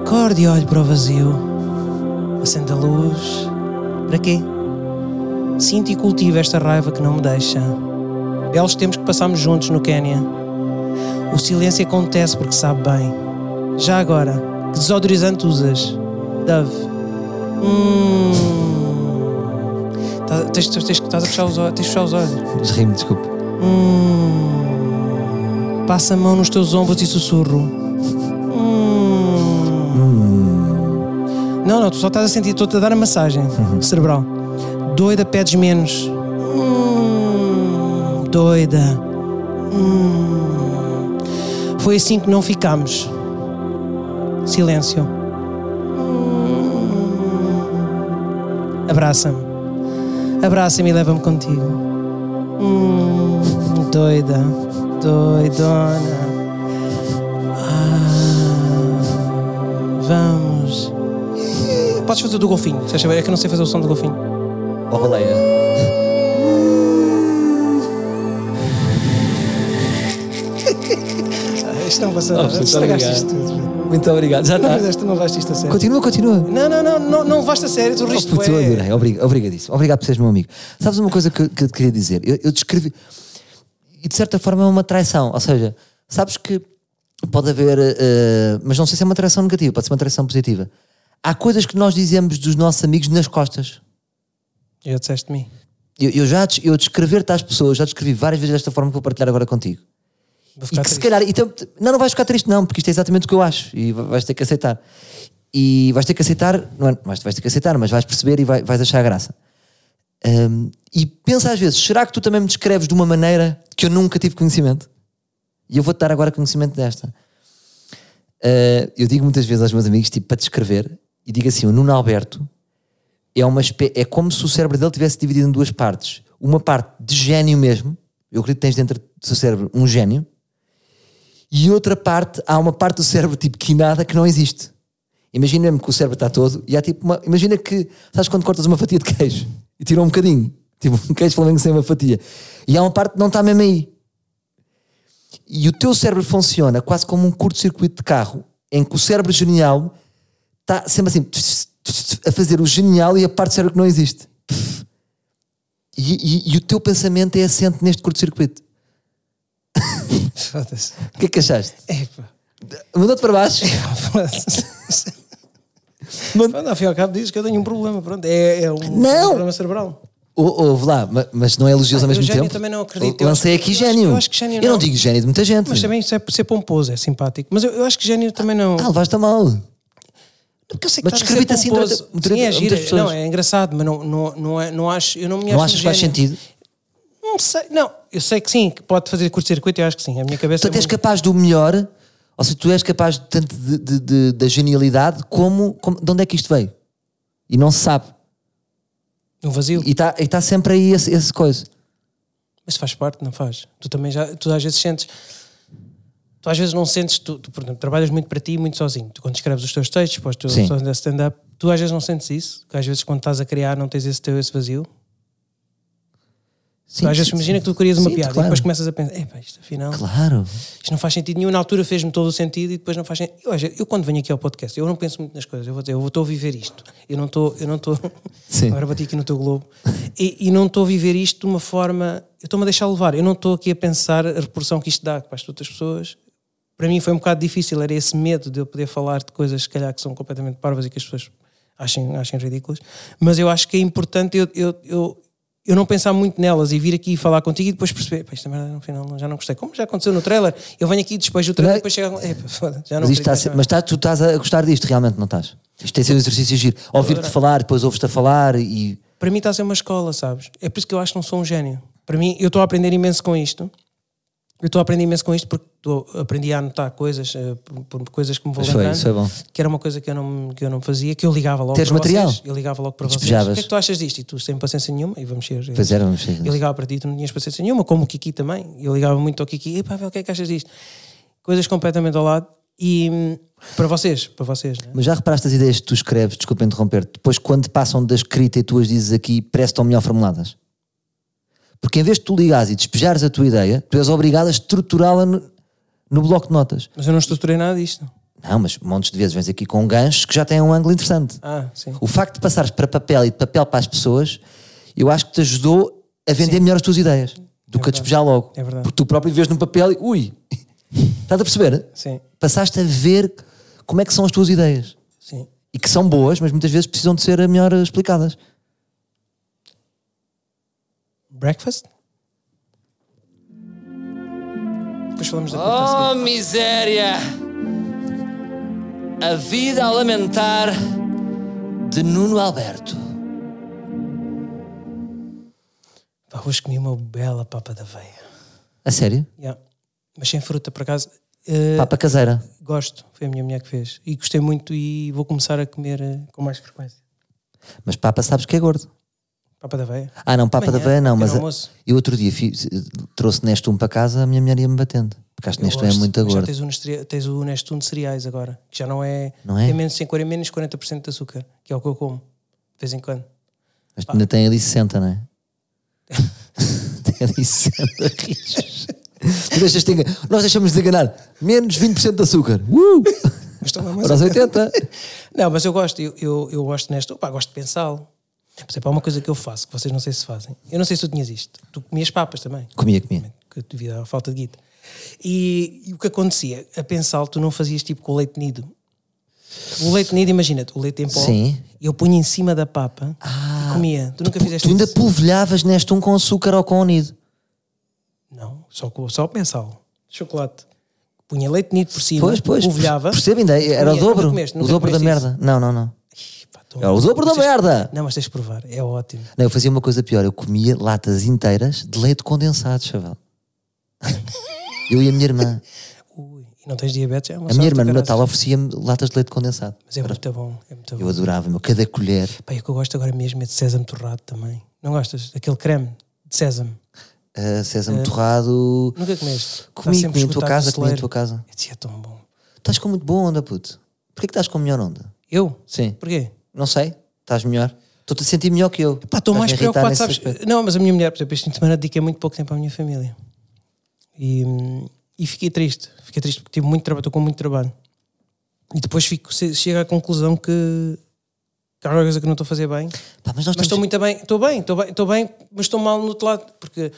[SPEAKER 1] Acordo e olho para o vazio. Acendo a luz. Para quê? Sinto e cultivo esta raiva que não me deixa. Belos tempos que passámos juntos no Quénia. O silêncio acontece porque sabe bem. Já agora, que desodorizante usas? Dove. Hum. Tá- Tens, tens, tens, estás a fechar os olhos. Tens de fechar os olhos.
[SPEAKER 2] Ri-me, desculpe.
[SPEAKER 1] Hum, passa a mão nos teus ombros e sussurro. Hum. Não, não, tu só estás a sentir, estou-te a dar a massagem cerebral. Doida, pedes menos. Hum, doida. Hum. Foi assim que não ficámos. Silêncio. Hum. Abraça-me. Abraça-me e leva-me contigo. Hum, doida, doidona. Ah, vamos. Podes fazer o do golfinho, se achas bem. é que eu não sei fazer o som do golfinho.
[SPEAKER 2] Ó, baleia.
[SPEAKER 1] Ah, Isto não passa nada,
[SPEAKER 2] Oh,
[SPEAKER 1] estragaste
[SPEAKER 2] obrigado.
[SPEAKER 1] isto tudo.
[SPEAKER 2] Muito obrigado. Já
[SPEAKER 1] Não
[SPEAKER 2] está.
[SPEAKER 1] fizeste, não levaste isto a sério.
[SPEAKER 2] Continua, continua.
[SPEAKER 1] Não, não, não, não, não levaste a sério, tu
[SPEAKER 2] Oh,
[SPEAKER 1] riste
[SPEAKER 2] putz, eu
[SPEAKER 1] bué.
[SPEAKER 2] adorei. Obriga- Obrigadíssimo. Obrigado por seres meu amigo. Sabes uma coisa que, eu- que eu te queria dizer? Eu, eu descrevi. E de certa forma é uma traição. Ou seja, sabes que pode haver. eh, mas não sei se é uma traição negativa, pode ser uma traição positiva. Há coisas que nós dizemos dos nossos amigos nas costas.
[SPEAKER 1] Já disseste de mim.
[SPEAKER 2] Eu, eu já des- eu descrever-te às pessoas, já descrevi várias vezes desta forma que vou partilhar agora contigo.
[SPEAKER 1] Vou
[SPEAKER 2] E
[SPEAKER 1] ficar
[SPEAKER 2] que se
[SPEAKER 1] triste.
[SPEAKER 2] calhar, então, não, não vais ficar triste, não, porque isto é exatamente o que eu acho e va- vais ter que aceitar. E vais ter que aceitar, não é, vais, vais ter que aceitar, mas vais perceber e vai- vais achar graça. Hum, e pensa às vezes, será que tu também me descreves de uma maneira que eu nunca tive conhecimento? E eu vou-te dar agora conhecimento desta. Uh, eu digo muitas vezes aos meus amigos, tipo, para descrever, e digo assim: o Nuno Alberto é, uma espé- é como se o cérebro dele tivesse dividido em duas partes. Uma parte de gênio mesmo, eu acredito que tens dentro do seu cérebro um gênio, e outra parte, há uma parte do cérebro tipo que nada que não existe. Imagina mesmo que o cérebro está todo e há tipo uma. Imagina que, sabes quando cortas uma fatia de queijo e tirou um bocadinho, tipo um queijo flamengo sem uma fatia, e há uma parte que não está mesmo aí. E o teu cérebro funciona quase como um curto-circuito de carro em que o cérebro genial está sempre assim a fazer o genial e a parte do cérebro que não existe. E, e- e o teu pensamento é assente neste curto-circuito.
[SPEAKER 1] Foda-se.
[SPEAKER 2] O que é que achaste?
[SPEAKER 1] Epá.
[SPEAKER 2] Mandou-te para baixo.
[SPEAKER 1] Foda-se. Pronto, ao fim e ao cabo dizes que eu tenho um problema, pronto, é, é um,
[SPEAKER 2] Não.
[SPEAKER 1] um problema cerebral.
[SPEAKER 2] Ou- Ouve Oh, lá, ma- mas não é elogios
[SPEAKER 1] Ah,
[SPEAKER 2] ao
[SPEAKER 1] eu
[SPEAKER 2] mesmo
[SPEAKER 1] gênio
[SPEAKER 2] tempo.
[SPEAKER 1] também não acredito. Eu
[SPEAKER 2] Lancei
[SPEAKER 1] acho que-
[SPEAKER 2] aqui
[SPEAKER 1] eu acho que-
[SPEAKER 2] gênio.
[SPEAKER 1] eu acho que gênio
[SPEAKER 2] Eu não
[SPEAKER 1] não.
[SPEAKER 2] digo gênio de muita gente.
[SPEAKER 1] Mas também isso é ser pomposo, é simpático. Mas eu, eu acho que gênio também não.
[SPEAKER 2] Ah, levaste a mal.
[SPEAKER 1] Porque eu sei estás
[SPEAKER 2] Mas
[SPEAKER 1] a
[SPEAKER 2] descrevi-te
[SPEAKER 1] ser
[SPEAKER 2] assim
[SPEAKER 1] pomposo.
[SPEAKER 2] durante- durante
[SPEAKER 1] Sim, é
[SPEAKER 2] muitas
[SPEAKER 1] giro,
[SPEAKER 2] pessoas.
[SPEAKER 1] Não, é engraçado, mas não, não, não, é, não acho. Eu não me acho
[SPEAKER 2] Não
[SPEAKER 1] um
[SPEAKER 2] achas que faz
[SPEAKER 1] gênio.
[SPEAKER 2] sentido?
[SPEAKER 1] Não sei, não. Eu sei que sim, que pode fazer curto-circuito, eu acho que sim. A minha cabeça.
[SPEAKER 2] Portanto,
[SPEAKER 1] é
[SPEAKER 2] és
[SPEAKER 1] muito-
[SPEAKER 2] capaz do melhor, ou seja, tu és capaz tanto de- de- de- da genialidade como, como- de onde é que isto veio. E não se sabe.
[SPEAKER 1] Um vazio.
[SPEAKER 2] E está tá sempre aí esse, esse coisa.
[SPEAKER 1] Mas faz parte, não faz? Tu também já. Tu às vezes sentes. Tu às vezes não sentes. Tu, tu, por exemplo, trabalhas muito para ti e muito sozinho. Tu quando escreves os teus textos, para os teus
[SPEAKER 2] Sim.
[SPEAKER 1] sons da stand-up, tu às vezes não sentes isso. Que às vezes quando estás a criar não tens esse teu, esse vazio.
[SPEAKER 2] Sim,
[SPEAKER 1] às vezes
[SPEAKER 2] sim,
[SPEAKER 1] imagina
[SPEAKER 2] sim.
[SPEAKER 1] que tu querias uma
[SPEAKER 2] Sim,
[SPEAKER 1] piada
[SPEAKER 2] claro.
[SPEAKER 1] e depois começas a pensar, epá, isto afinal,
[SPEAKER 2] Claro.
[SPEAKER 1] isto não faz sentido nenhum. Na altura fez-me todo o sentido e depois não faz sentido. Eu, às vezes- eu quando venho aqui ao podcast, eu não penso muito nas coisas, eu vou dizer, eu estou a viver isto. Eu não estou, eu não estou.
[SPEAKER 2] Sim.
[SPEAKER 1] Agora bati aqui no teu globo. E, e não estou a viver isto de uma forma. Eu estou-me a deixar levar. Eu não estou aqui a pensar a repercussão que isto dá para as outras pessoas. Para mim foi um bocado difícil, era esse medo de eu poder falar de coisas, se calhar, que são completamente parvas e que as pessoas achem, achem ridículas. Mas eu acho que é importante eu, eu, eu, eu não pensar muito nelas e vir aqui falar contigo e depois perceber, pá, esta merda no final não- já não gostei. Como já aconteceu no trailer, eu venho aqui, despejo o trailer
[SPEAKER 2] Não.
[SPEAKER 1] e depois chega. Epa, foda, já não
[SPEAKER 2] Mas, isto está
[SPEAKER 1] acredito
[SPEAKER 2] a ser-
[SPEAKER 1] nesta
[SPEAKER 2] tá mas está- tu estás a gostar disto, realmente, não estás? Isto tem sido um exercício giro. Ouvir-te falar, depois ouves-te a falar e.
[SPEAKER 1] para mim está a ser uma escola, sabes? É por isso que eu acho que não sou um gênio. Para mim, eu estou a aprender imenso com isto. Eu estou a aprender imenso com isto porque estou- aprendi a anotar coisas, eh, por, por coisas que me vou
[SPEAKER 2] Mas foi,
[SPEAKER 1] lembrando.
[SPEAKER 2] isso é bom.
[SPEAKER 1] Que era uma coisa que eu não, que eu não fazia, que eu ligava logo
[SPEAKER 2] Teres
[SPEAKER 1] para
[SPEAKER 2] material?
[SPEAKER 1] vocês. Eu ligava logo para vocês.
[SPEAKER 2] despejavas.
[SPEAKER 1] O que é que tu achas disto? E tu sem paciência nenhuma, e vamos ser... eh,
[SPEAKER 2] Pois é. era, vamos ver.
[SPEAKER 1] Eu ligava para ti e tu não tinhas paciência nenhuma, como o Kiki também. Eu ligava muito ao Kiki, epá, vê, o que é que achas disto? Coisas completamente ao lado. E hum, para vocês, para vocês, né?
[SPEAKER 2] Mas já reparaste as ideias que tu escreves, desculpa interromper-te, depois quando passam da escrita e tu as dizes aqui, parece que estão melhor formuladas? Porque em vez de tu ligares e despejares a tua ideia, tu és obrigado a estruturá-la no, no bloco de notas.
[SPEAKER 1] Mas eu não estruturei nada disto.
[SPEAKER 2] Não, mas montes de vezes vens aqui com ganchos que já têm um ângulo interessante.
[SPEAKER 1] Ah, sim.
[SPEAKER 2] O facto de passares para papel e de papel para as pessoas, eu acho que te ajudou a vender melhor as tuas ideias do que a despejar logo.
[SPEAKER 1] É verdade.
[SPEAKER 2] Porque tu próprio vês num papel e ui, estás a perceber?
[SPEAKER 1] Sim,
[SPEAKER 2] Passaste a ver como é que são as tuas ideias
[SPEAKER 1] sim.
[SPEAKER 2] e que são boas, mas muitas vezes precisam de ser melhor explicadas.
[SPEAKER 1] Breakfast? Depois falamos da quarta a seguir.
[SPEAKER 3] Oh, miséria! A vida a lamentar
[SPEAKER 2] De Nuno Alberto.
[SPEAKER 1] Pá, hoje comi uma bela papa da veia.
[SPEAKER 2] A sério?
[SPEAKER 1] Yeah. Mas sem fruta, por acaso. Eh,
[SPEAKER 2] Papa caseira.
[SPEAKER 1] gosto, foi a minha mulher que fez. E gostei muito e vou começar a comer eh, com mais frequência.
[SPEAKER 2] Mas Papa sabes que é gordo.
[SPEAKER 1] Papa da veia.
[SPEAKER 2] Ah não, Papa
[SPEAKER 1] Amanhã,
[SPEAKER 2] da Veia não,
[SPEAKER 1] pequeno
[SPEAKER 2] mas a-
[SPEAKER 1] almoço.
[SPEAKER 2] eu outro dia fiz- trouxe Nestum para casa, a minha mulher ia-me batendo. Porque acho que
[SPEAKER 1] Eu
[SPEAKER 2] Nestum é
[SPEAKER 1] gosto.
[SPEAKER 2] muito
[SPEAKER 1] Mas Já
[SPEAKER 2] gordo.
[SPEAKER 1] tens o, nestre- tens o Nestum de cereais agora, que já não é.
[SPEAKER 2] Não é?
[SPEAKER 1] Tem menos, 50, menos 40% de açúcar, que é o que eu como, de vez em quando.
[SPEAKER 2] Mas ainda tem ali 60, não é? tem ali 60 rixos. Tu deixas-te engan- Nós deixamos de enganar. Menos 20% de açúcar. Uh!
[SPEAKER 1] Mas também é mais
[SPEAKER 2] Para os 80.
[SPEAKER 1] Não, mas eu gosto, eu, eu, eu gosto nesta. Opa, gosto de pensá-lo. Por exemplo, há uma coisa que eu faço, que vocês não sei se fazem. Eu não sei se tu tinhas isto. Tu comias papas também,
[SPEAKER 2] Comia, comia.
[SPEAKER 1] que devido à falta de guita. E, e o que acontecia? A pensá-lo, tu não fazias tipo com o leite nido. O leite nido, imagina-te, o leite em pó.
[SPEAKER 2] Sim. Ah,
[SPEAKER 1] Eu punha em cima da papa e comia. Tu nunca fizeste
[SPEAKER 2] Tu ainda
[SPEAKER 1] isso?
[SPEAKER 2] polvilhavas Nestum com açúcar ou com onido.
[SPEAKER 1] Não, só, com- só pensá-lo. Chocolate. Punha leite nido por cima,
[SPEAKER 2] Pois, pois.
[SPEAKER 1] polvilhava.
[SPEAKER 2] Percebe ainda?
[SPEAKER 1] Comia.
[SPEAKER 2] Era o
[SPEAKER 1] Nunca
[SPEAKER 2] dobro.
[SPEAKER 1] comeste,
[SPEAKER 2] O
[SPEAKER 1] nunca
[SPEAKER 2] dobro da
[SPEAKER 1] comeste isso.
[SPEAKER 2] merda. Não, não, não.
[SPEAKER 1] Ih, pá, tô-
[SPEAKER 2] Era o dobro da
[SPEAKER 1] Mas tens-
[SPEAKER 2] merda.
[SPEAKER 1] Não, mas tens de provar, é ótimo.
[SPEAKER 2] Não, eu fazia uma coisa pior. Eu comia latas inteiras de leite condensado, chaval. Eu e a minha irmã.
[SPEAKER 1] Ui, e não tens diabetes? É uma
[SPEAKER 2] A minha
[SPEAKER 1] sorte,
[SPEAKER 2] irmã no
[SPEAKER 1] caraças.
[SPEAKER 2] Natal oferecia-me latas de leite condensado.
[SPEAKER 1] Mas é muito bom, é muito
[SPEAKER 2] Eu
[SPEAKER 1] bom.
[SPEAKER 2] adorava, meu. Cada colher.
[SPEAKER 1] Pá, e o que eu gosto agora mesmo é de sésamo torrado também. Não gostas? Aquele creme de sésamo.
[SPEAKER 2] Uh, sésamo torrado.
[SPEAKER 1] Nunca comeste?
[SPEAKER 2] Comi,
[SPEAKER 1] Está É. Tá sempre
[SPEAKER 2] comi em tua
[SPEAKER 1] esgotado
[SPEAKER 2] casa,
[SPEAKER 1] no
[SPEAKER 2] comi em
[SPEAKER 1] celeiro.
[SPEAKER 2] tua casa.
[SPEAKER 1] Esse é tão bom.
[SPEAKER 2] Estás com muito boa onda, puto. Porquê que estás com melhor onda?
[SPEAKER 1] Eu?
[SPEAKER 2] Sim.
[SPEAKER 1] Porquê?
[SPEAKER 2] Não sei. Estás melhor. Estou-te a sentir melhor que eu.
[SPEAKER 1] Pá, estou
[SPEAKER 2] Estás-me
[SPEAKER 1] mais
[SPEAKER 2] a irritar
[SPEAKER 1] preocupado,
[SPEAKER 2] nesse
[SPEAKER 1] sabes?
[SPEAKER 2] aspecto.
[SPEAKER 1] Não, mas a minha mulher, por exemplo, este fim de semana dediquei muito pouco tempo à minha família. E, hum, e fiquei triste. Fiquei triste porque tive muito trabalho, estou com muito trabalho. E depois fico, se- chego à conclusão que, que há alguma coisa que não estou a fazer bem.
[SPEAKER 2] Pá, mas nós
[SPEAKER 1] Mas
[SPEAKER 2] estamos...
[SPEAKER 1] estou muito bem, estou bem, estou bem, estou bem, mas estou mal no outro lado, porque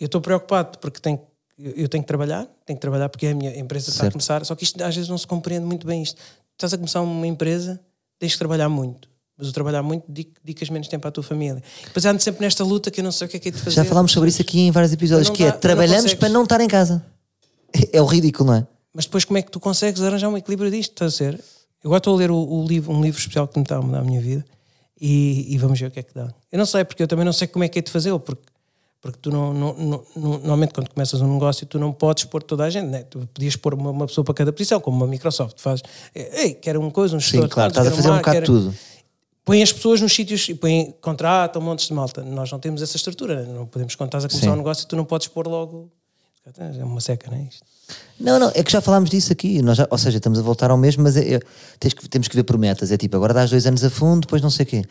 [SPEAKER 1] eu estou preocupado, porque tenho, eu eu tenho que trabalhar, tenho que trabalhar porque é a minha empresa está a
[SPEAKER 2] Certo.
[SPEAKER 1] começar, só que isto às vezes não se compreende muito bem isto. Estás a começar uma empresa, tens que trabalhar muito, mas o trabalhar muito dedico- dedicas menos tempo à tua família. Depois ando sempre nesta luta que eu não sei o que é que é de fazer.
[SPEAKER 2] Já falámos sobre isso aqui em vários episódios,
[SPEAKER 1] Não
[SPEAKER 2] que é
[SPEAKER 1] dá- não
[SPEAKER 2] trabalhamos
[SPEAKER 1] consegues.
[SPEAKER 2] para não estar em casa. É o ridículo, não é?
[SPEAKER 1] Mas depois como é que tu consegues arranjar um equilíbrio disto? Estás a ser? Eu agora estou a ler o, o livro, um livro especial que me está a mudar a minha vida e, e vamos ver o que é que dá. Eu não sei, porque eu também não sei como é que é de fazer, porque, porque tu não, não- não- não- normalmente quando começas um negócio tu não podes pôr toda a gente, né? tu podias pôr uma, uma pessoa para cada posição, como uma Microsoft faz, eh, ei, quero um coisa, um gestor.
[SPEAKER 2] Sim, claro.
[SPEAKER 1] de contas,
[SPEAKER 2] Estás a
[SPEAKER 1] quero
[SPEAKER 2] fazer um bocado
[SPEAKER 1] quero-
[SPEAKER 2] tudo.
[SPEAKER 1] põem as pessoas nos sítios e põem, contratam montes de malta. Nós não temos essa estrutura, né? não podemos, quando estás a começar
[SPEAKER 2] Sim.
[SPEAKER 1] um negócio, tu não podes pôr logo. É uma seca, não é isto?
[SPEAKER 2] Não, não, é que já falámos disso aqui. Nós já- ou seja, estamos a voltar ao mesmo, mas é- é- tens que- temos que ver por metas. É tipo, agora dás dois anos a fundo, depois não sei o quê.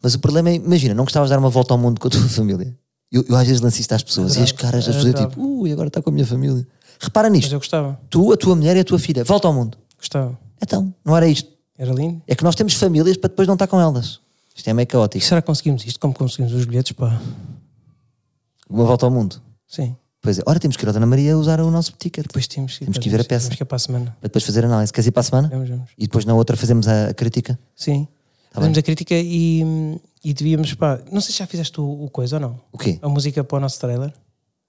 [SPEAKER 2] Mas o problema é, imagina, não gostavas de dar uma volta ao mundo com a tua família. Eu, eu às vezes lanço isto às pessoas e as
[SPEAKER 1] Adorava,
[SPEAKER 2] caras das pessoas é
[SPEAKER 1] adorava.
[SPEAKER 2] tipo, ui, agora está com a minha família. Repara
[SPEAKER 1] Mas
[SPEAKER 2] nisto.
[SPEAKER 1] eu gostava,
[SPEAKER 2] Tu, a tua mulher e a tua filha, volta ao mundo.
[SPEAKER 1] gostava.
[SPEAKER 2] Então, não era isto.
[SPEAKER 1] Era lindo.
[SPEAKER 2] É que nós temos famílias para depois não estar com elas. Isto é meio
[SPEAKER 1] E
[SPEAKER 2] caótico.
[SPEAKER 1] será que conseguimos isto? Como conseguimos os bilhetes? Pá,
[SPEAKER 2] Uma volta ao mundo.
[SPEAKER 1] sim.
[SPEAKER 2] Pois é, ora temos que ir à Dona Maria usar o nosso ticket.
[SPEAKER 1] Depois temos que,
[SPEAKER 2] Temos que ir ver a peça.
[SPEAKER 1] Temos que ir para a semana.
[SPEAKER 2] Para depois fazer análise. Queres ir para a semana?
[SPEAKER 1] Vamos, vamos.
[SPEAKER 2] E depois na outra fazemos a a crítica?
[SPEAKER 1] Sim. Fazemos a crítica e, e devíamos, pá, não sei se já fizeste o, o coisa ou não.
[SPEAKER 2] O quê?
[SPEAKER 1] A música para o nosso trailer.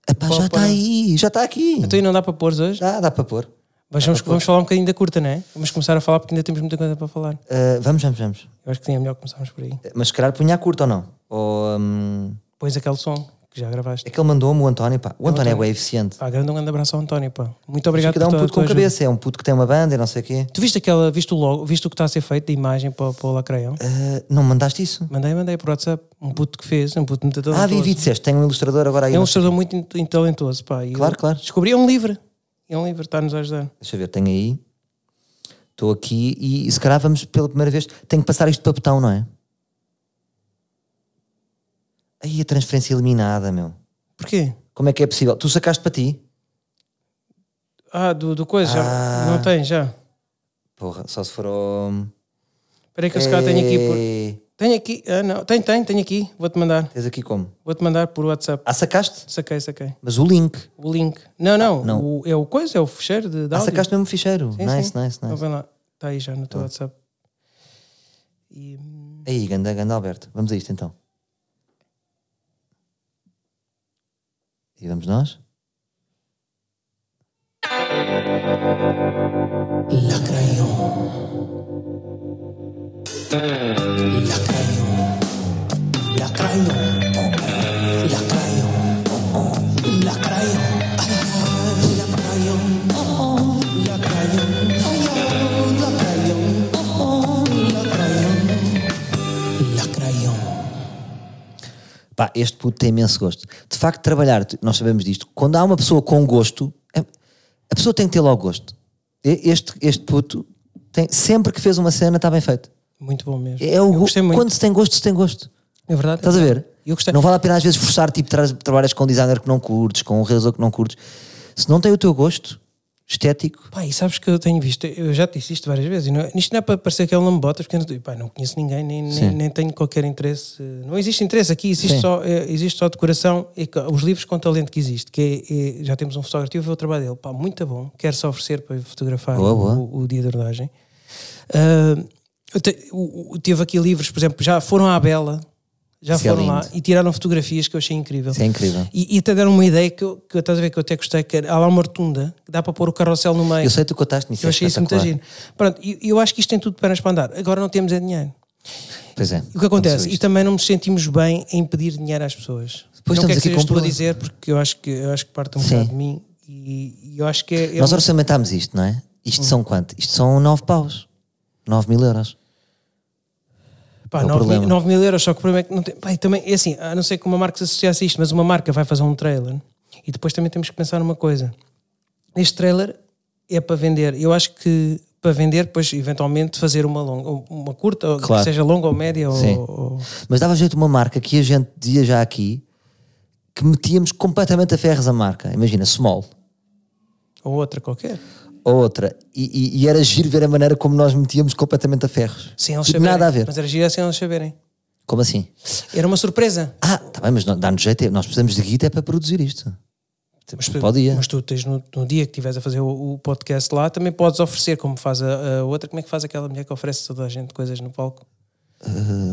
[SPEAKER 2] Epá,
[SPEAKER 1] Pá,
[SPEAKER 2] já
[SPEAKER 1] pá.
[SPEAKER 2] está aí, já está aqui.
[SPEAKER 1] Então aí não dá para pôr hoje?
[SPEAKER 2] Já dá para pôr.
[SPEAKER 1] Mas vamos, vamos falar um bocadinho da curta, não é? Vamos começar a falar porque ainda temos muita coisa para falar.
[SPEAKER 2] Ah, vamos, vamos, vamos.
[SPEAKER 1] Eu acho que sim, é melhor começarmos por aí.
[SPEAKER 2] Mas se calhar punha a curta ou não? Ou, hum,
[SPEAKER 1] Pões aquele som que já gravaste.
[SPEAKER 2] é que ele mandou-me o António, pá. O António é bem eficiente.
[SPEAKER 1] Pá, grande um grande abraço ao António, pá. Muito obrigado
[SPEAKER 2] Fica dá um
[SPEAKER 1] tua-
[SPEAKER 2] puto com
[SPEAKER 1] tua ajuda.
[SPEAKER 2] cabeça, é um puto que tem uma banda e não sei o quê.
[SPEAKER 1] Tu viste aquela, viste o logo, viste o que está a ser feito da imagem para, para o Lacraião?
[SPEAKER 2] Ah, não mandaste isso?
[SPEAKER 1] Mandei, mandei por WhatsApp. Um puto que fez, um puto muito
[SPEAKER 2] Ah,
[SPEAKER 1] talentoso.
[SPEAKER 2] Vivi, disseste, tem um ilustrador agora
[SPEAKER 1] É
[SPEAKER 2] aí.
[SPEAKER 1] um
[SPEAKER 2] não-
[SPEAKER 1] ilustrador muito in- in- talentoso, pá. E
[SPEAKER 2] Claro,
[SPEAKER 1] eu
[SPEAKER 2] claro.
[SPEAKER 1] Descobri, é um livro. É um livro, está-nos a ajudar.
[SPEAKER 2] Deixa eu ver, tenho aí. Estou aqui e, e se calhar vamos pela primeira vez. Tenho que passar isto para botão, não é? Aí a transferência eliminada, meu.
[SPEAKER 1] Porquê?
[SPEAKER 2] Como é que é possível? Tu sacaste para ti?
[SPEAKER 1] Ah, do, do coisa, já.
[SPEAKER 2] Ah.
[SPEAKER 1] Não tem, já.
[SPEAKER 2] Porra, só se for ao.
[SPEAKER 1] Espera aí É que eu se calhar tenho aqui por.
[SPEAKER 2] Ei,
[SPEAKER 1] Tenho aqui, ah não, tem, tem, tenho aqui. Vou-te mandar.
[SPEAKER 2] Tens aqui como?
[SPEAKER 1] Vou-te mandar por WhatsApp.
[SPEAKER 2] Ah, sacaste?
[SPEAKER 1] Saquei, saquei.
[SPEAKER 2] Mas o link. Ah,
[SPEAKER 1] O link. Não, não.
[SPEAKER 2] não.
[SPEAKER 1] O, é o coisa, é o fecheiro de, de
[SPEAKER 2] Ah,
[SPEAKER 1] áudio.
[SPEAKER 2] sacaste mesmo o ficheiro.
[SPEAKER 1] Sim,
[SPEAKER 2] nice,
[SPEAKER 1] sim.
[SPEAKER 2] nice, Ah.
[SPEAKER 1] Então
[SPEAKER 2] nice.
[SPEAKER 1] vem lá. Está aí já no teu WhatsApp. E, hum,
[SPEAKER 2] Aí, ganda, ganda Alberto. Vamos a isto então. E vamos nós?
[SPEAKER 1] Lacraião. Lacraião. Lacraião. Lacraião. Lacraião.
[SPEAKER 2] Pá, este puto tem imenso gosto. De facto, trabalhar, nós sabemos disto, quando há uma pessoa com gosto, a- a pessoa tem que ter logo gosto. E- Este, este puto, tem, sempre que fez uma cena, está bem feito.
[SPEAKER 1] Muito bom mesmo.
[SPEAKER 2] É o
[SPEAKER 1] eu
[SPEAKER 2] gosto.
[SPEAKER 1] gostei muito.
[SPEAKER 2] Quando se tem gosto, se tem gosto.
[SPEAKER 1] É verdade.
[SPEAKER 2] Estás a ver?
[SPEAKER 1] Eu gostei.
[SPEAKER 2] Não vale a pena às vezes forçar, tipo, tra trabalhas com um designer que não curtes, com um realizador que não curtes. Se não tem o teu gosto estético,
[SPEAKER 1] Pá, e sabes que eu tenho visto, eu já te disse isto várias vezes, e não, isto não é para parecer que é um lambotas, porque eu não, pá, não conheço ninguém, nem, nem, nem tenho qualquer interesse. Não existe interesse aqui, existe,
[SPEAKER 2] Sim.
[SPEAKER 1] só, eh, existe só decoração e co- os livros com talento que existe, que é, é- já temos um fotógrafo, eu vi o trabalho dele, pá, muito bom, quero-se oferecer para fotografar
[SPEAKER 2] Boa, boa.
[SPEAKER 1] O, o dia de abordagem. Ah, eu te- o- o- tive aqui livros, por exemplo, já foram à Bela, já
[SPEAKER 2] Isso é
[SPEAKER 1] foram lá
[SPEAKER 2] lindo.
[SPEAKER 1] e tiraram fotografias que eu achei incrível.
[SPEAKER 2] isso é incrível.
[SPEAKER 1] E, e até deram uma ideia que, eu, que eu- estás a ver que eu até gostei, que era- há lá uma rotunda que dá para pôr o carrossel no meio.
[SPEAKER 2] Eu sei que tu contaste nisso. é
[SPEAKER 1] Eu achei isso muito
[SPEAKER 2] espetacular.
[SPEAKER 1] giro. Pronto, e e eu acho que isto tem tudo para para andar. Agora não temos é dinheiro.
[SPEAKER 2] Pois é.
[SPEAKER 1] E o que acontece?
[SPEAKER 2] Aconteceu
[SPEAKER 1] E também não nos sentimos bem em pedir dinheiro às pessoas.
[SPEAKER 2] Pois
[SPEAKER 1] não quer
[SPEAKER 2] estamos
[SPEAKER 1] que
[SPEAKER 2] aqui
[SPEAKER 1] sejas
[SPEAKER 2] com
[SPEAKER 1] tu a
[SPEAKER 2] problema.
[SPEAKER 1] dizer, porque eu acho que, eu acho que parte um
[SPEAKER 2] Sim.
[SPEAKER 1] bocado de mim e, e eu acho que é. é
[SPEAKER 2] Nós
[SPEAKER 1] um- Hum.
[SPEAKER 2] orçamentámos isto, não é? Isto são quanto? Isto são 9 paus. 9 mil euros.
[SPEAKER 1] Pá,
[SPEAKER 2] é o
[SPEAKER 1] 9
[SPEAKER 2] problema.
[SPEAKER 1] mil, 9 mil euros, só que o problema é que não tem. Pá, e também, é assim, a não ser que uma marca se associasse a isto, mas uma marca vai fazer um trailer e depois também temos que pensar numa coisa. Este trailer é para vender. Eu acho que para vender, depois eventualmente fazer uma longa, ou uma curta, ou
[SPEAKER 2] Claro.
[SPEAKER 1] que seja longa ou média, ou-
[SPEAKER 2] Sim.
[SPEAKER 1] ou
[SPEAKER 2] Mas dava jeito uma marca que a gente dizia já aqui que metíamos completamente a ferros a marca. Imagina, small.
[SPEAKER 1] ou outra qualquer.
[SPEAKER 2] Ou outra. E, e- e era giro ver a maneira como nós metíamos completamente a ferros.
[SPEAKER 1] Sem eles
[SPEAKER 2] Tipo,
[SPEAKER 1] saberem.
[SPEAKER 2] Nada a ver.
[SPEAKER 1] Mas era gira sem eles saberem.
[SPEAKER 2] Como assim?
[SPEAKER 1] Era uma surpresa.
[SPEAKER 2] Ah, tá bem, mas não- dá-nos jeito, é- nós precisamos de guita é para produzir isto.
[SPEAKER 1] Mas, tu-
[SPEAKER 2] Pode ir.
[SPEAKER 1] mas tu tens no, no dia que estiveres a fazer o, o podcast lá, também podes oferecer, como faz a, a outra, como é que faz aquela mulher que oferece a toda a gente coisas no palco?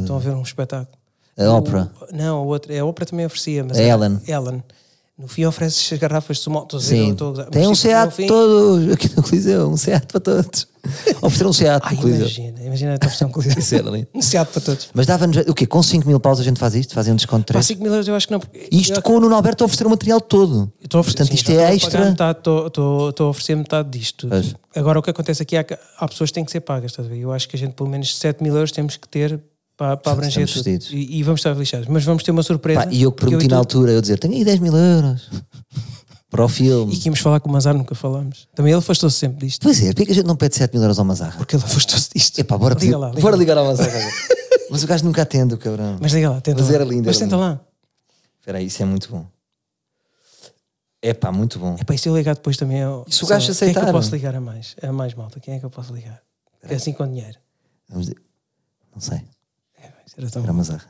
[SPEAKER 1] Estão a ver um espetáculo.
[SPEAKER 2] Uhum. A ópera.
[SPEAKER 1] Não, a outra, a ópera também oferecia, mas
[SPEAKER 2] A
[SPEAKER 1] era-
[SPEAKER 2] Ellen.
[SPEAKER 1] Ellen. No fim ofereces as garrafas de sumol. Estou a dizer, eu
[SPEAKER 2] Sim.
[SPEAKER 1] estou a gozar. Mas,
[SPEAKER 2] Tem um
[SPEAKER 1] tipo, no
[SPEAKER 2] SEAT
[SPEAKER 1] fim-
[SPEAKER 2] todo aqui no Coliseu, um SEAT para todos. Ofereceram um SEAT
[SPEAKER 1] Ai,
[SPEAKER 2] no Coliseu.
[SPEAKER 1] imagina, imagina a tua versão coliseu.
[SPEAKER 2] Isso era lindo.
[SPEAKER 1] Um seado para todos.
[SPEAKER 2] Mas dava-nos jeito- o quê? Com 5 mil paus a gente faz isto? Fazia um desconto de
[SPEAKER 1] Para
[SPEAKER 2] 3?
[SPEAKER 1] 5 mil euros eu acho que não. porque-
[SPEAKER 2] Isto com o Nuno Alberto a oferecer o material todo.
[SPEAKER 1] Eu Estou a oferecer,
[SPEAKER 2] Portanto,
[SPEAKER 1] sim,
[SPEAKER 2] isto
[SPEAKER 1] já
[SPEAKER 2] é
[SPEAKER 1] estou a pagar
[SPEAKER 2] extra.
[SPEAKER 1] metade, Estou, estou- estou a oferecer metade disto.
[SPEAKER 2] Pois.
[SPEAKER 1] Agora, o que acontece aqui é que há pessoas que têm que ser pagas, estás a ver? Eu acho que a gente, pelo menos 7 mil euros, temos que ter para, para abranger
[SPEAKER 2] Estamos
[SPEAKER 1] tudo.
[SPEAKER 2] fedidos.
[SPEAKER 1] E, e vamos estar lixados. Mas vamos ter uma surpresa.
[SPEAKER 2] Pá, e eu que
[SPEAKER 1] porque então-
[SPEAKER 2] prometi
[SPEAKER 1] e
[SPEAKER 2] na
[SPEAKER 1] tu-
[SPEAKER 2] altura, eu dizer, tenho aí 10 mil euros para o filme.
[SPEAKER 1] E que íamos falar com o Mazar, nunca falámos. Também ele afastou-se sempre disto.
[SPEAKER 2] Pois é, porquê que a gente não pede 7 mil euros ao Mazarra?
[SPEAKER 1] Porque ele afastou-se disto.
[SPEAKER 2] Epá, bora,
[SPEAKER 1] liga
[SPEAKER 2] pedir,
[SPEAKER 1] lá, liga
[SPEAKER 2] bora
[SPEAKER 1] lá.
[SPEAKER 2] ligar ao Mazarra. Mas o gajo nunca atende, o cabrão.
[SPEAKER 1] Mas liga lá, tenta
[SPEAKER 2] Mas
[SPEAKER 1] lá.
[SPEAKER 2] era lindo,
[SPEAKER 1] Mas
[SPEAKER 2] era
[SPEAKER 1] tenta lá.
[SPEAKER 2] Espera aí, isso é muito bom. É pá, muito bom.
[SPEAKER 1] Epá, e se eu ligar depois também eu,
[SPEAKER 2] E se o gajo
[SPEAKER 1] sei lá, Quem é que
[SPEAKER 2] aceitar?
[SPEAKER 1] eu posso ligar a mais? A mais malta, quem é que eu posso ligar? É assim com dinheiro.
[SPEAKER 2] Vamos dizer- Não sei.
[SPEAKER 1] É, vai ser tão
[SPEAKER 2] Era
[SPEAKER 1] bom.
[SPEAKER 2] uma zarra.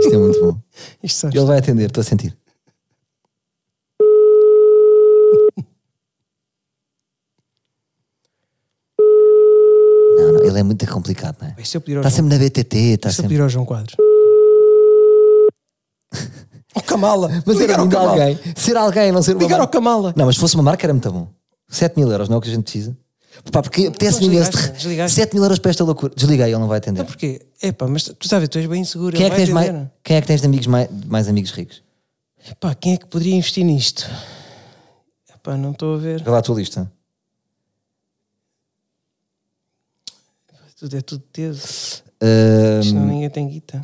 [SPEAKER 2] Isto é muito bom.
[SPEAKER 1] Isto só
[SPEAKER 2] Ele vai atender, estou a sentir. Não, não, ele é muito complicado, não é?
[SPEAKER 1] E se eu pedir ao
[SPEAKER 2] Está
[SPEAKER 1] João,
[SPEAKER 2] sempre na BTT, está
[SPEAKER 1] e se eu
[SPEAKER 2] sempre.
[SPEAKER 1] pedir ao João Quadros? Oh, Camala!
[SPEAKER 2] Mas era
[SPEAKER 1] Ligar ao
[SPEAKER 2] ainda
[SPEAKER 1] Camala!
[SPEAKER 2] alguém. Ser alguém, não ser uma
[SPEAKER 1] Ligar ao
[SPEAKER 2] marca.
[SPEAKER 1] Camala!
[SPEAKER 2] Não, mas se fosse uma marca era muito bom. 7 mil euros, não é o que a gente precisa. Pá, porque apetece-me imenso.
[SPEAKER 1] desligaste, desligaste.
[SPEAKER 2] 7 mil euros para esta loucura. Desliguei, ele não vai atender.
[SPEAKER 1] Não, Então porquê? Epá, mas tu sabes, tu és bem inseguro.
[SPEAKER 2] Quem é,
[SPEAKER 1] ele
[SPEAKER 2] que
[SPEAKER 1] vai
[SPEAKER 2] tens mais,
[SPEAKER 1] entender.
[SPEAKER 2] quem é que tens de amigos mais, mais amigos ricos?
[SPEAKER 1] Epá, quem é que poderia investir nisto? Epá, não estou a ver.
[SPEAKER 2] Vê lá a tua lista.
[SPEAKER 1] Tudo é tudo teso.
[SPEAKER 2] Ah,
[SPEAKER 1] Isto não ninguém tem guita.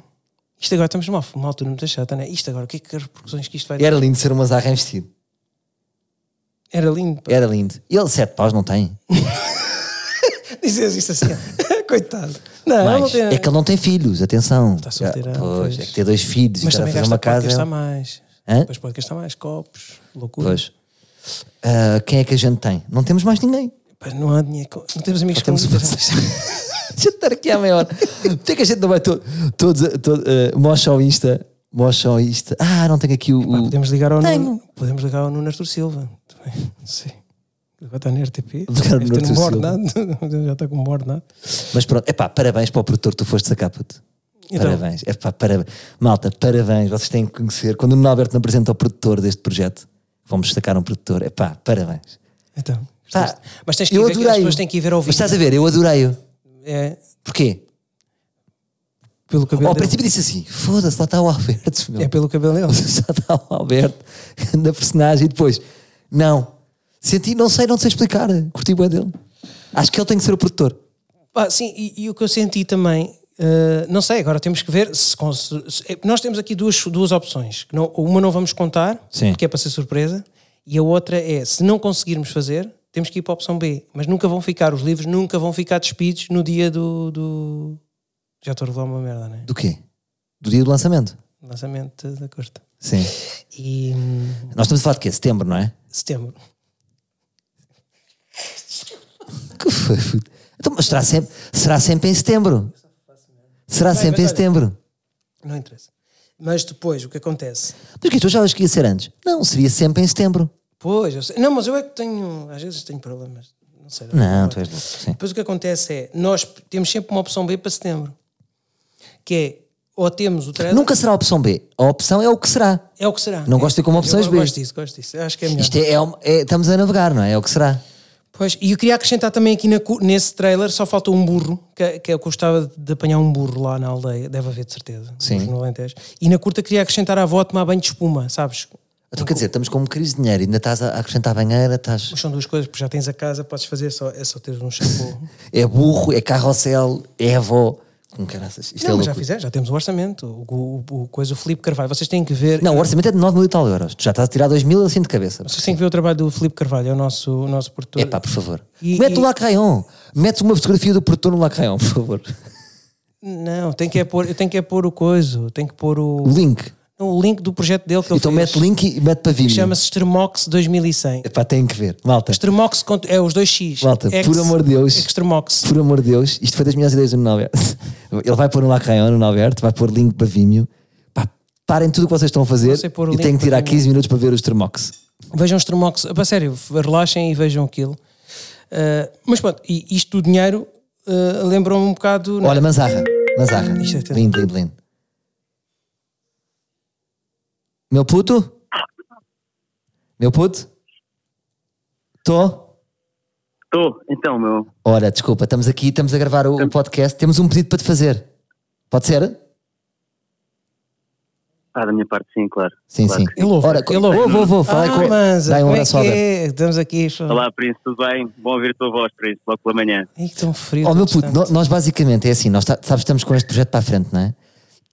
[SPEAKER 1] Isto agora estamos numa, numa altura muito chata, não é? Isto agora, o que é que as repercussões que isto vai ter?
[SPEAKER 2] era lindo ser um uma zarra em vestido.
[SPEAKER 1] Era lindo. pá.
[SPEAKER 2] Era lindo. Ele sete paus não tem.
[SPEAKER 1] Dizes isto assim, ó. coitado. Não,
[SPEAKER 2] Mais.
[SPEAKER 1] não tem.
[SPEAKER 2] É que ele não tem filhos, atenção. Está
[SPEAKER 1] solteirão,
[SPEAKER 2] Pois,
[SPEAKER 1] pois.
[SPEAKER 2] é que ter dois filhos e
[SPEAKER 1] mas
[SPEAKER 2] estar a
[SPEAKER 1] também gasta
[SPEAKER 2] fazer uma
[SPEAKER 1] para
[SPEAKER 2] casa.
[SPEAKER 1] gastar
[SPEAKER 2] é-
[SPEAKER 1] mais.
[SPEAKER 2] Hã?
[SPEAKER 1] Depois pode gastar mais, copos, loucura.
[SPEAKER 2] Pois. Ah, quem é que a gente tem? Não temos mais ninguém.
[SPEAKER 1] Pá, não há dinheiro. com- Não temos amigos
[SPEAKER 2] Só temos
[SPEAKER 1] com guita.
[SPEAKER 2] Deixa eu estar aqui à meia hora. Porquê é que a gente não vai to- todos. a- to- ah, mostra ao Insta. Mostra ao Insta. Ah, não tenho aqui o.
[SPEAKER 1] Pá,
[SPEAKER 2] o-
[SPEAKER 1] podemos ligar ao
[SPEAKER 2] Tenho.
[SPEAKER 1] Nuno. Podemos ligar ao Nuno Artur Silva. Também. Não sei. Agora está na RTP.
[SPEAKER 2] Ligar ao
[SPEAKER 1] Deve
[SPEAKER 2] Nuno
[SPEAKER 1] ter um
[SPEAKER 2] Artur
[SPEAKER 1] bornado. Já está com um bornado.
[SPEAKER 2] Mas pronto, é pá, parabéns para o produtor que tu foste sacar, puto.
[SPEAKER 1] Então.
[SPEAKER 2] Parabéns, é pá, parabéns. Malta, parabéns, vocês têm que conhecer. Quando o Nuno Alberto me apresenta o produtor deste projeto, vamos destacar um produtor, é pá, parabéns.
[SPEAKER 1] Então.
[SPEAKER 2] Pá,
[SPEAKER 1] Mas tens que ir
[SPEAKER 2] Tá. eu
[SPEAKER 1] ver, que as
[SPEAKER 2] adorei-o.
[SPEAKER 1] pessoas têm que ir ver ao
[SPEAKER 2] Mas
[SPEAKER 1] vivo.
[SPEAKER 2] estás a ver, eu adorei-o.
[SPEAKER 1] É,
[SPEAKER 2] Porquê?
[SPEAKER 1] pelo cabelo
[SPEAKER 2] ao
[SPEAKER 1] dele.
[SPEAKER 2] princípio disse assim: foda-se, lá está o Alberto. Meu.
[SPEAKER 1] É pelo cabelo dele.
[SPEAKER 2] Já está o Alberto na personagem. E depois, não. Senti, não sei, não sei explicar. Curti o dele. Acho que ele tem que ser o produtor.
[SPEAKER 1] Pá, sim, e, e o que eu senti também, eh, não sei, agora temos que ver se, cons- se- eh, nós temos aqui duas, duas opções. que não- uma não vamos contar,
[SPEAKER 2] Sim.
[SPEAKER 1] porque é para ser surpresa, e a outra é, se não conseguirmos fazer, temos que ir para a opção B. Mas nunca vão ficar, os livros nunca vão ficar despidos no dia do. do- Já estou a revelar uma merda, né?
[SPEAKER 2] Do quê? Do dia do lançamento.
[SPEAKER 1] Lançamento da Costa.
[SPEAKER 2] Sim.
[SPEAKER 1] E hum,
[SPEAKER 2] Nós estamos a falar de quê? Setembro, não é?
[SPEAKER 1] setembro.
[SPEAKER 2] Que foi? puto? Então, mas será sempre, será sempre em setembro. Será sempre em setembro.
[SPEAKER 1] Não interessa. Mas depois, o que acontece?
[SPEAKER 2] Mas o quê? Tu achavas que ia ser antes? Não, seria sempre em setembro.
[SPEAKER 1] Pois, eu sei. Não, mas eu é que tenho, às vezes tenho problemas. Não sei.
[SPEAKER 2] Não, tu és louco. Sim.
[SPEAKER 1] Depois o que acontece é, nós p- temos sempre uma opção B para setembro, que é ou temos o trailer,
[SPEAKER 2] Nunca será a opção B. A opção é o que será.
[SPEAKER 1] é o que será.
[SPEAKER 2] Não gosto de ter como
[SPEAKER 1] Eu
[SPEAKER 2] opções
[SPEAKER 1] go-
[SPEAKER 2] B.
[SPEAKER 1] Gosto disso, gosto disso. Acho que é melhor.
[SPEAKER 2] Isto é, é um- é- estamos a navegar, não é? É o que será.
[SPEAKER 1] Pois, e eu queria acrescentar também aqui na cu- nesse trailer, só faltou um burro, que, que eu gostava de apanhar um burro lá na aldeia, deve haver de certeza.
[SPEAKER 2] Sim.
[SPEAKER 1] burro No Alentejo. E na curta queria acrescentar a avó a tomar banho de espuma, sabes?
[SPEAKER 2] Então quer dizer, estamos com uma crise de dinheiro, ainda estás a acrescentar banheira, estás.
[SPEAKER 1] Mas são duas coisas, porque já tens a casa, podes fazer, só, é só ter um shampoo.
[SPEAKER 2] É burro, é carrossel, é avó. Com caraças. Isto é
[SPEAKER 1] não, mas já
[SPEAKER 2] loucura.
[SPEAKER 1] fizemos, já temos o orçamento, o, o, o coisa, o Filipe Carvalho, vocês têm que ver.
[SPEAKER 2] Não, o orçamento é de 9 mil e tal euros. Tu já estás a tirar 2 mil assim de cabeça.
[SPEAKER 1] Vocês têm que ver o trabalho do Filipe Carvalho, é o nosso, o nosso produtor.
[SPEAKER 2] É pá, por favor.
[SPEAKER 1] E-
[SPEAKER 2] Mete o
[SPEAKER 1] e-
[SPEAKER 2] Lacrayon. Mete uma fotografia do produtor no Lacrayon, por favor.
[SPEAKER 1] Não, tem que é pôr, eu tenho que é pôr o coiso, tem que pôr
[SPEAKER 2] O
[SPEAKER 1] o,
[SPEAKER 2] link.
[SPEAKER 1] o link do projeto dele que ele
[SPEAKER 2] Então
[SPEAKER 1] fez.
[SPEAKER 2] mete link e mete para vir.
[SPEAKER 1] Chama-se Extremox 2100.
[SPEAKER 2] É pá, tem que ver. Malta,
[SPEAKER 1] Extremox cont- é os dois X.
[SPEAKER 2] Malta, por amor de Deus.
[SPEAKER 1] Extremox.
[SPEAKER 2] por amor de Deus, isto foi das minhas ideias do Nuno Alberto. Ele vai pôr um Lacrayon no Nuno Alberto, vai pôr link para Vimeo. Pá, parem tudo o que vocês estão a fazer
[SPEAKER 1] sei pôr o
[SPEAKER 2] e
[SPEAKER 1] link
[SPEAKER 2] tenho que
[SPEAKER 1] para
[SPEAKER 2] tirar
[SPEAKER 1] Vimeo.
[SPEAKER 2] 15 minutos para ver os Termox.
[SPEAKER 1] Vejam Extremox, para sério, relaxem e vejam aquilo. Ah, mas pronto, e isto do dinheiro ah, lembrou-me um bocado. não é?
[SPEAKER 2] Olha, Manzarra. Manzarra.
[SPEAKER 1] Isto é tudo.
[SPEAKER 2] Lindo, lindo, lindo. Meu puto? Meu puto? Tô?
[SPEAKER 4] Estou, então, meu.
[SPEAKER 2] Ora, desculpa, estamos aqui, estamos a gravar o, o podcast, temos um pedido para te fazer. Pode ser?
[SPEAKER 4] Ah, da minha parte, sim, claro.
[SPEAKER 2] Sim,
[SPEAKER 4] Claro
[SPEAKER 2] sim.
[SPEAKER 4] que
[SPEAKER 1] Ele ouve,
[SPEAKER 2] Ora,
[SPEAKER 1] ele ouve.
[SPEAKER 2] Ouve, ouve, ouve. Falei
[SPEAKER 1] ah,
[SPEAKER 2] com ele.
[SPEAKER 1] mas,
[SPEAKER 2] Dá um
[SPEAKER 1] como é
[SPEAKER 2] abraço ao
[SPEAKER 1] que
[SPEAKER 2] Alberto.
[SPEAKER 1] é? Estamos aqui.
[SPEAKER 4] Olá, Príncipe, tudo bem? Bom ouvir a tua voz, Príncipe, logo pela manhã.
[SPEAKER 1] Ai, que tão frio.
[SPEAKER 2] Ó,
[SPEAKER 1] tão
[SPEAKER 2] meu puto,
[SPEAKER 1] distante.
[SPEAKER 2] no- nós basicamente é assim, nós tá- sabes, estamos com este projeto para a frente, não é?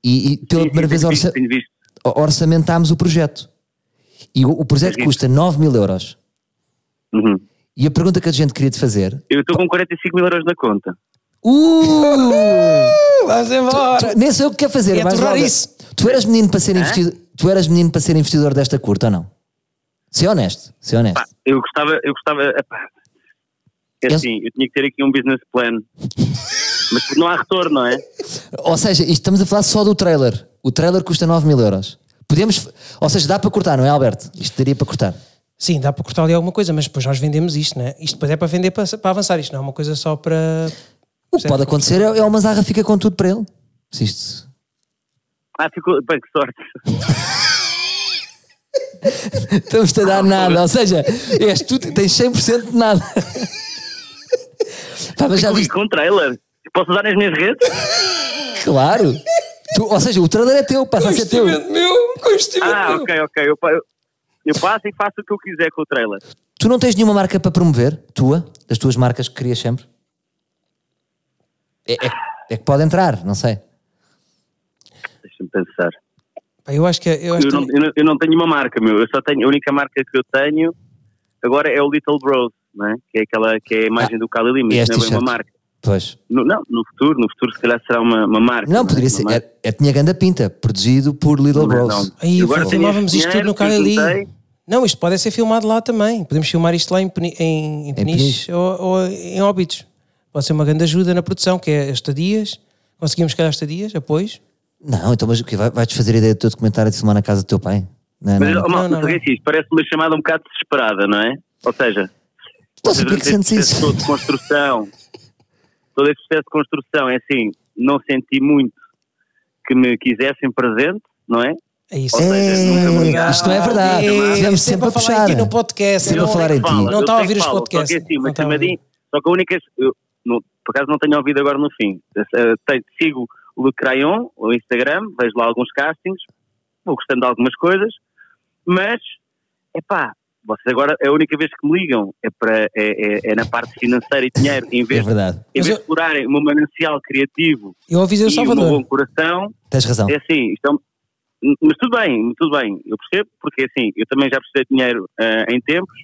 [SPEAKER 2] E, e pela
[SPEAKER 4] Sim,
[SPEAKER 2] primeira
[SPEAKER 4] sim,
[SPEAKER 2] vez
[SPEAKER 4] tenho
[SPEAKER 2] orça-
[SPEAKER 4] visto, tenho visto.
[SPEAKER 2] orçamentámos o projeto. E o, o projeto
[SPEAKER 4] Sim.
[SPEAKER 2] custa 9 mil euros.
[SPEAKER 4] Uhum.
[SPEAKER 2] E a pergunta que a gente queria te fazer,
[SPEAKER 4] Eu estou com 45 mil euros na conta.
[SPEAKER 2] Uh!
[SPEAKER 1] Vamos embora!
[SPEAKER 2] Tu- nem sei o que quer fazer.
[SPEAKER 1] É
[SPEAKER 2] mais
[SPEAKER 1] torrar
[SPEAKER 2] vale-
[SPEAKER 1] isso.
[SPEAKER 2] Tu eras menino para ser investidor. Tu eras menino para ser investidor desta curta ou não? Ser honesto, ser honesto.
[SPEAKER 4] Pá, eu gostava, eu gostava, epá, é
[SPEAKER 2] Eu-
[SPEAKER 4] assim, eu tinha que ter aqui um business plan. Mas não há retorno, não é?
[SPEAKER 2] Ou seja, isto estamos a falar só do trailer. O trailer custa 9 mil euros. Podemos, ou seja, dá para cortar, não é, Alberto? Isto daria para cortar.
[SPEAKER 1] Sim, dá para cortar ali alguma coisa, mas depois nós vendemos isto, né? Isto depois é para vender para, para avançar. Isto não é uma coisa só para.
[SPEAKER 2] O que pode acontecer é, é o Mazarra fica com tudo para ele. Se isto-
[SPEAKER 4] Ah, ficou, bem, que sorte.
[SPEAKER 2] Estamos-te a dar nada. Ou seja, és tu, tens 100% de nada. Pá, mas já
[SPEAKER 4] Ui,
[SPEAKER 2] viste,
[SPEAKER 4] com um trailer. Posso usar nas minhas redes?
[SPEAKER 2] claro. Tu- ou seja, o trailer é teu, passa a ser teu.
[SPEAKER 1] meu! Com investimento
[SPEAKER 4] Ah, ok, ok. Eu, pa- eu, eu passo e faço o que eu quiser com o trailer.
[SPEAKER 2] Tu não tens nenhuma marca para promover, tua, das tuas marcas que querias sempre? É, é- é que pode entrar, não sei.
[SPEAKER 4] Deixa-me pensar.
[SPEAKER 1] eu acho que. Eu acho
[SPEAKER 4] Eu
[SPEAKER 1] que
[SPEAKER 4] não, eu, não, eu não tenho uma marca, meu. Eu só tenho, a única marca que eu tenho agora é o Little Bros, não é? que é aquela que é a
[SPEAKER 2] Ah,
[SPEAKER 4] imagem do Kali Lima,
[SPEAKER 2] e
[SPEAKER 4] isso
[SPEAKER 2] este
[SPEAKER 4] não é bem uma
[SPEAKER 2] t-shirt?
[SPEAKER 4] marca.
[SPEAKER 2] Pois.
[SPEAKER 4] No, não, no futuro, no futuro se calhar será uma, uma marca.
[SPEAKER 2] Não,
[SPEAKER 4] é?
[SPEAKER 2] poderia
[SPEAKER 4] Uma
[SPEAKER 2] ser.
[SPEAKER 4] marca.
[SPEAKER 2] É, é- tinha ganda pinta, produzido por Little
[SPEAKER 4] Não,
[SPEAKER 2] Bros.
[SPEAKER 4] não.
[SPEAKER 1] Aí
[SPEAKER 4] Eu agora tenho
[SPEAKER 1] filmávamos
[SPEAKER 4] este
[SPEAKER 1] isto tudo no
[SPEAKER 4] dinheiro que eu juntei.
[SPEAKER 1] Cali. Não, isto pode é ser filmado lá também. Podemos filmar isto lá em, Peni- em, em Peniche
[SPEAKER 2] Peniche.
[SPEAKER 1] Ou, ou em Óbidos. Pode ser uma grande ajuda na produção, que é as estadias. Conseguimos calhar estadias, apoios.
[SPEAKER 2] Não, então, mas o quê? Vai- Vais-te fazer a ideia do teu documentário de filmar na casa do teu pai? Não,
[SPEAKER 4] Mas,
[SPEAKER 2] não, não.
[SPEAKER 4] ó, malta,
[SPEAKER 1] Não, não,
[SPEAKER 4] mas é
[SPEAKER 1] não.
[SPEAKER 4] assim, isto parece uma chamada um bocado desesperada, não é? Ou seja,
[SPEAKER 2] Posso porque é que
[SPEAKER 4] durante
[SPEAKER 2] sentes
[SPEAKER 4] este
[SPEAKER 2] isso?
[SPEAKER 4] processo todo de construção, todo este processo de construção, é assim, não senti muito que me quisessem presente, não é?
[SPEAKER 1] É isso.
[SPEAKER 4] Ou seja, nunca me ligaram.
[SPEAKER 2] Isto não é verdade.
[SPEAKER 4] Ei,
[SPEAKER 2] Estivemos sempre a
[SPEAKER 1] a falar
[SPEAKER 2] puxar.
[SPEAKER 1] aqui no podcast.
[SPEAKER 2] Sempre a
[SPEAKER 1] não é?
[SPEAKER 2] falar em ti.
[SPEAKER 4] Fala,
[SPEAKER 1] Não
[SPEAKER 4] eu
[SPEAKER 1] está a
[SPEAKER 4] sei
[SPEAKER 1] ouvir Então,
[SPEAKER 4] que
[SPEAKER 1] os
[SPEAKER 4] falo,
[SPEAKER 1] podcasts.
[SPEAKER 4] Só que assim,
[SPEAKER 1] Não
[SPEAKER 4] uma
[SPEAKER 1] está a ouvir.
[SPEAKER 4] chamadinha, só que a única. eu, não, por acaso não tenho ouvido agora no fim. Eh, tenho- sigo o Le Crayon, o Instagram, vejo lá alguns castings, vou gostando de algumas coisas, mas, epá, vocês agora, é a única vez que me ligam é, para, é, é- é na parte financeira e dinheiro, em
[SPEAKER 2] É
[SPEAKER 4] vez,
[SPEAKER 2] verdade.
[SPEAKER 4] em
[SPEAKER 1] Mas
[SPEAKER 4] vez
[SPEAKER 1] eu-
[SPEAKER 4] de explorarem o meu manancial criativo
[SPEAKER 1] Eu avisei o
[SPEAKER 4] e o meu
[SPEAKER 1] Salvador.
[SPEAKER 4] bom coração,
[SPEAKER 2] Tens razão.
[SPEAKER 4] é assim, isto é um- mas tudo bem, tudo bem, eu percebo, porque assim, eu também já precisei de dinheiro ah, em tempos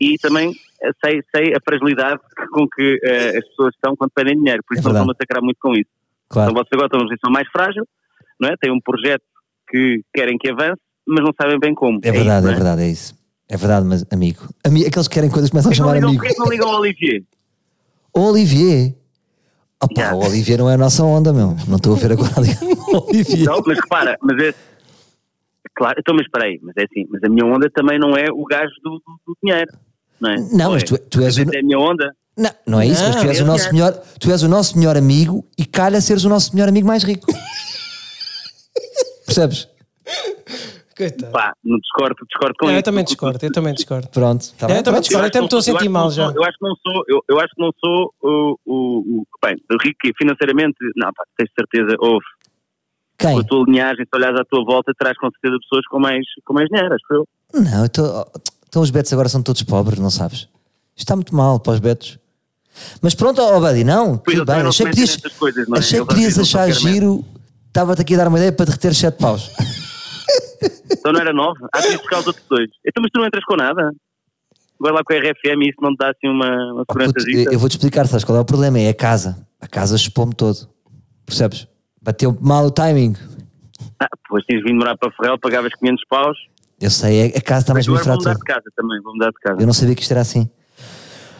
[SPEAKER 4] e também ah, sei, sei a fragilidade que- com que ah, as pessoas estão quando pedem dinheiro, por
[SPEAKER 2] É
[SPEAKER 4] isso não
[SPEAKER 2] verdade.
[SPEAKER 4] vão massacrar muito com isso. Então
[SPEAKER 2] Claro.
[SPEAKER 4] vocês agora estão numa posição mais frágil, não é? Têm um projeto que querem que avance, mas não sabem bem como.
[SPEAKER 2] É verdade,
[SPEAKER 4] isso,
[SPEAKER 2] é
[SPEAKER 4] não
[SPEAKER 2] verdade, é isso. É verdade, mas amigo. Ami- Aqueles que querem coisas começam a
[SPEAKER 4] Porquê que
[SPEAKER 2] chamar
[SPEAKER 4] não ligam-
[SPEAKER 2] amigo.
[SPEAKER 4] porquê que não ligam ao Olivier?
[SPEAKER 2] O Olivier. Opa,
[SPEAKER 4] Yeah.
[SPEAKER 2] o Olivier não é a nossa onda, meu. Não estou a ver agora ali. O Olivier.
[SPEAKER 4] Não, mas repara, mas é. Claro, então, mas espera aí, mas é assim, mas a minha onda também não é o gajo do, do- do dinheiro, não é?
[SPEAKER 2] Não, mas tu- tu és
[SPEAKER 4] Mas
[SPEAKER 2] o-
[SPEAKER 4] essa É a minha onda.
[SPEAKER 2] Não, não é isso, mas tu
[SPEAKER 1] Não,
[SPEAKER 2] és, o
[SPEAKER 4] eu
[SPEAKER 2] nosso
[SPEAKER 4] quero.
[SPEAKER 2] melhor, tu és o nosso melhor amigo e calha seres o nosso melhor amigo mais rico. Percebes?
[SPEAKER 1] Coitado.
[SPEAKER 4] Pá, não discordo, discordo com
[SPEAKER 1] Não,
[SPEAKER 4] isso.
[SPEAKER 1] eu também discordo, eu também discordo.
[SPEAKER 2] Pronto, tá
[SPEAKER 1] Não,
[SPEAKER 2] bem,
[SPEAKER 1] eu também
[SPEAKER 2] pronto.
[SPEAKER 1] discordo. Agora até me estou a
[SPEAKER 4] É, Eu acho
[SPEAKER 1] sentir
[SPEAKER 4] que
[SPEAKER 1] mal
[SPEAKER 4] não
[SPEAKER 1] já.
[SPEAKER 4] sou- Eu acho que não sou, eu, eu acho que não sou o, o, o- bem, o rico e financeiramente, não, pá, tens certeza, houve. Com a
[SPEAKER 2] Quem?
[SPEAKER 4] tua linhagem, se olhares à tua volta, terás com certeza pessoas com mais, com mais dinheiro, acho eu.
[SPEAKER 2] Não, eu tô- então os betos agora são todos pobres, não sabes? Isto está muito mal para os betos. Mas pronto, ó oh, Buddy, não,
[SPEAKER 4] Pois,
[SPEAKER 2] tudo
[SPEAKER 4] eu também
[SPEAKER 2] bem.
[SPEAKER 4] não
[SPEAKER 2] Achei que
[SPEAKER 4] comento
[SPEAKER 2] podias,
[SPEAKER 4] nessas coisas, não é?
[SPEAKER 2] achei que
[SPEAKER 4] Eu
[SPEAKER 2] podias
[SPEAKER 4] não sou
[SPEAKER 2] achar
[SPEAKER 4] quero
[SPEAKER 2] giro, estava-te aqui a dar uma ideia para derreter 7 paus.
[SPEAKER 4] Então não era nove? Há de buscar os outros dois. Então, mas tu não entras com nada. Vai lá com a RFM e isso não te dá assim uma, uma
[SPEAKER 2] Oh, puto,
[SPEAKER 4] segurançazita.
[SPEAKER 2] eu eu vou-te explicar, sabes qual é o problema? É a casa. A casa chupou-me todo. Percebes? Bateu mal o timing.
[SPEAKER 4] Ah, pois tens vindo morar para Ferrel, pagavas 500 paus.
[SPEAKER 2] Eu sei, é- a casa está mais
[SPEAKER 4] Mas
[SPEAKER 2] bem
[SPEAKER 4] agora vou mudar
[SPEAKER 2] fratura.
[SPEAKER 4] de casa também, vou mudar de casa.
[SPEAKER 2] Eu não sabia que isto era assim.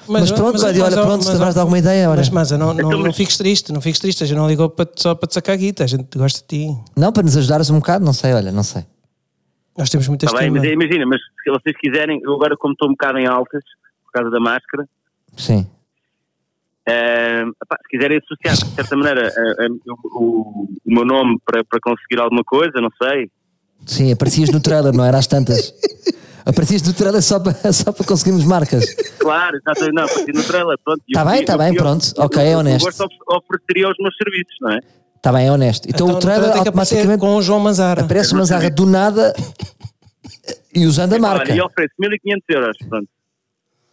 [SPEAKER 2] Mas pronto, olha, olha, pronto, se lembrares de alguma ideia, olha.
[SPEAKER 1] Mas, mas não, não,
[SPEAKER 4] Então, mas-
[SPEAKER 1] não fiques triste, não fiques triste. A gente não ligou para, te- só para te sacar guita, a gente gosta de ti.
[SPEAKER 2] Não, para nos ajudares um bocado, não sei, olha, não sei.
[SPEAKER 1] Nós temos muita
[SPEAKER 4] Está Tá bem,
[SPEAKER 1] estima.
[SPEAKER 4] mas é- imagina, mas se vocês quiserem, eu agora como estou um bocado em altas, por causa da máscara,
[SPEAKER 2] Sim.
[SPEAKER 4] eh, pá, se quiserem associar de certa maneira eh, eh, o, o- o meu nome para, para conseguir alguma coisa, não sei.
[SPEAKER 2] Sim, aparecias no trailer, não era às tantas. Aparecias no trailer só para, só para conseguirmos marcas.
[SPEAKER 4] Claro, já estou, não, parti no trailer, pronto. E
[SPEAKER 2] Tá
[SPEAKER 4] eu-
[SPEAKER 2] bem,
[SPEAKER 4] eu-
[SPEAKER 2] tá bem,
[SPEAKER 4] eu-
[SPEAKER 2] pronto. Ok, é
[SPEAKER 4] eu- eu
[SPEAKER 2] honesto.
[SPEAKER 4] Gosto de of- ofereceria os meus serviços, não é?
[SPEAKER 2] Está bem, é honesto. Então, o
[SPEAKER 1] no
[SPEAKER 2] trailer
[SPEAKER 1] tem que aparecer
[SPEAKER 2] automaticamente
[SPEAKER 1] com o João Manzara.
[SPEAKER 2] aparece uma zarra do nada e usando a marca.
[SPEAKER 4] Então, Olha, e ofereço 1500 euros, pronto.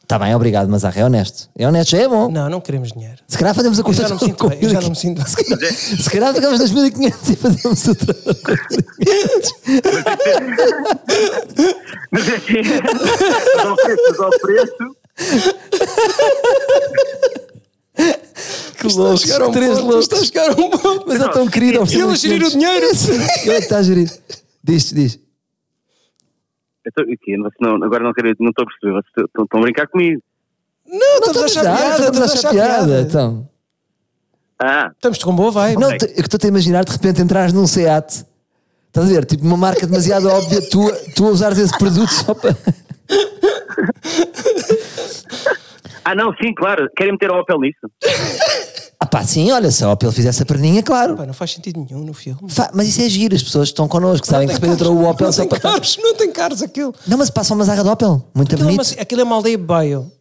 [SPEAKER 2] Está bem, obrigado, Mazarra, é honesto. É honesto, já é bom.
[SPEAKER 1] Não, não queremos dinheiro.
[SPEAKER 2] Se calhar fazemos a
[SPEAKER 1] Eu
[SPEAKER 2] conta
[SPEAKER 1] já não me
[SPEAKER 2] com-
[SPEAKER 1] sinto
[SPEAKER 2] com
[SPEAKER 1] bem, eu já não me
[SPEAKER 2] 1500.
[SPEAKER 1] sinto bem.
[SPEAKER 4] é
[SPEAKER 2] Se calhar pegamos 2500 e fazemos o trailer com 1500.
[SPEAKER 4] Mas é assim, mas ofereço, mas ofereço.
[SPEAKER 2] Que loucos,
[SPEAKER 1] chegar a um
[SPEAKER 2] três
[SPEAKER 1] ponto,
[SPEAKER 2] loucos.
[SPEAKER 1] está a chegar a um ponto.
[SPEAKER 2] Mas é tão querido.
[SPEAKER 1] E ele a gerir o dinheiro.
[SPEAKER 2] Ele é que está a gerir. Diz, diz.
[SPEAKER 4] Eu tô- Então, o quê? Você não- agora não, quero, não estou a perceber, vocês estão estão a brincar comigo.
[SPEAKER 1] Não, estamos a achar
[SPEAKER 2] Estamos a-
[SPEAKER 1] piada,
[SPEAKER 2] estamos a achar piada.
[SPEAKER 1] Estamos
[SPEAKER 2] Então.
[SPEAKER 4] Ah,
[SPEAKER 1] Estamos com boa vibe.
[SPEAKER 2] Não, te- eu estou-te a imaginar de repente entrares num SEAT. Estás a ver? Tipo uma marca demasiado óbvia, tu, a- tu a usares esse produto só para.
[SPEAKER 4] ah, não, sim, claro, querem meter a Opel nisso.
[SPEAKER 2] Ah pá, sim, olha, se a Opel fizesse a perninha, claro.
[SPEAKER 1] Pá, não faz sentido nenhum no filme.
[SPEAKER 2] Fa- Mas isso é giro, as pessoas estão connosco, sabem que de
[SPEAKER 1] é
[SPEAKER 2] repente entrou o Opel
[SPEAKER 1] não
[SPEAKER 2] só
[SPEAKER 1] tem
[SPEAKER 2] para.
[SPEAKER 1] carros, não tem carros aquilo.
[SPEAKER 2] Não, mas passa uma zaga de Opel, muito
[SPEAKER 1] Aquilo é, uma,
[SPEAKER 2] bonito.
[SPEAKER 1] aquilo é uma aldeia baio.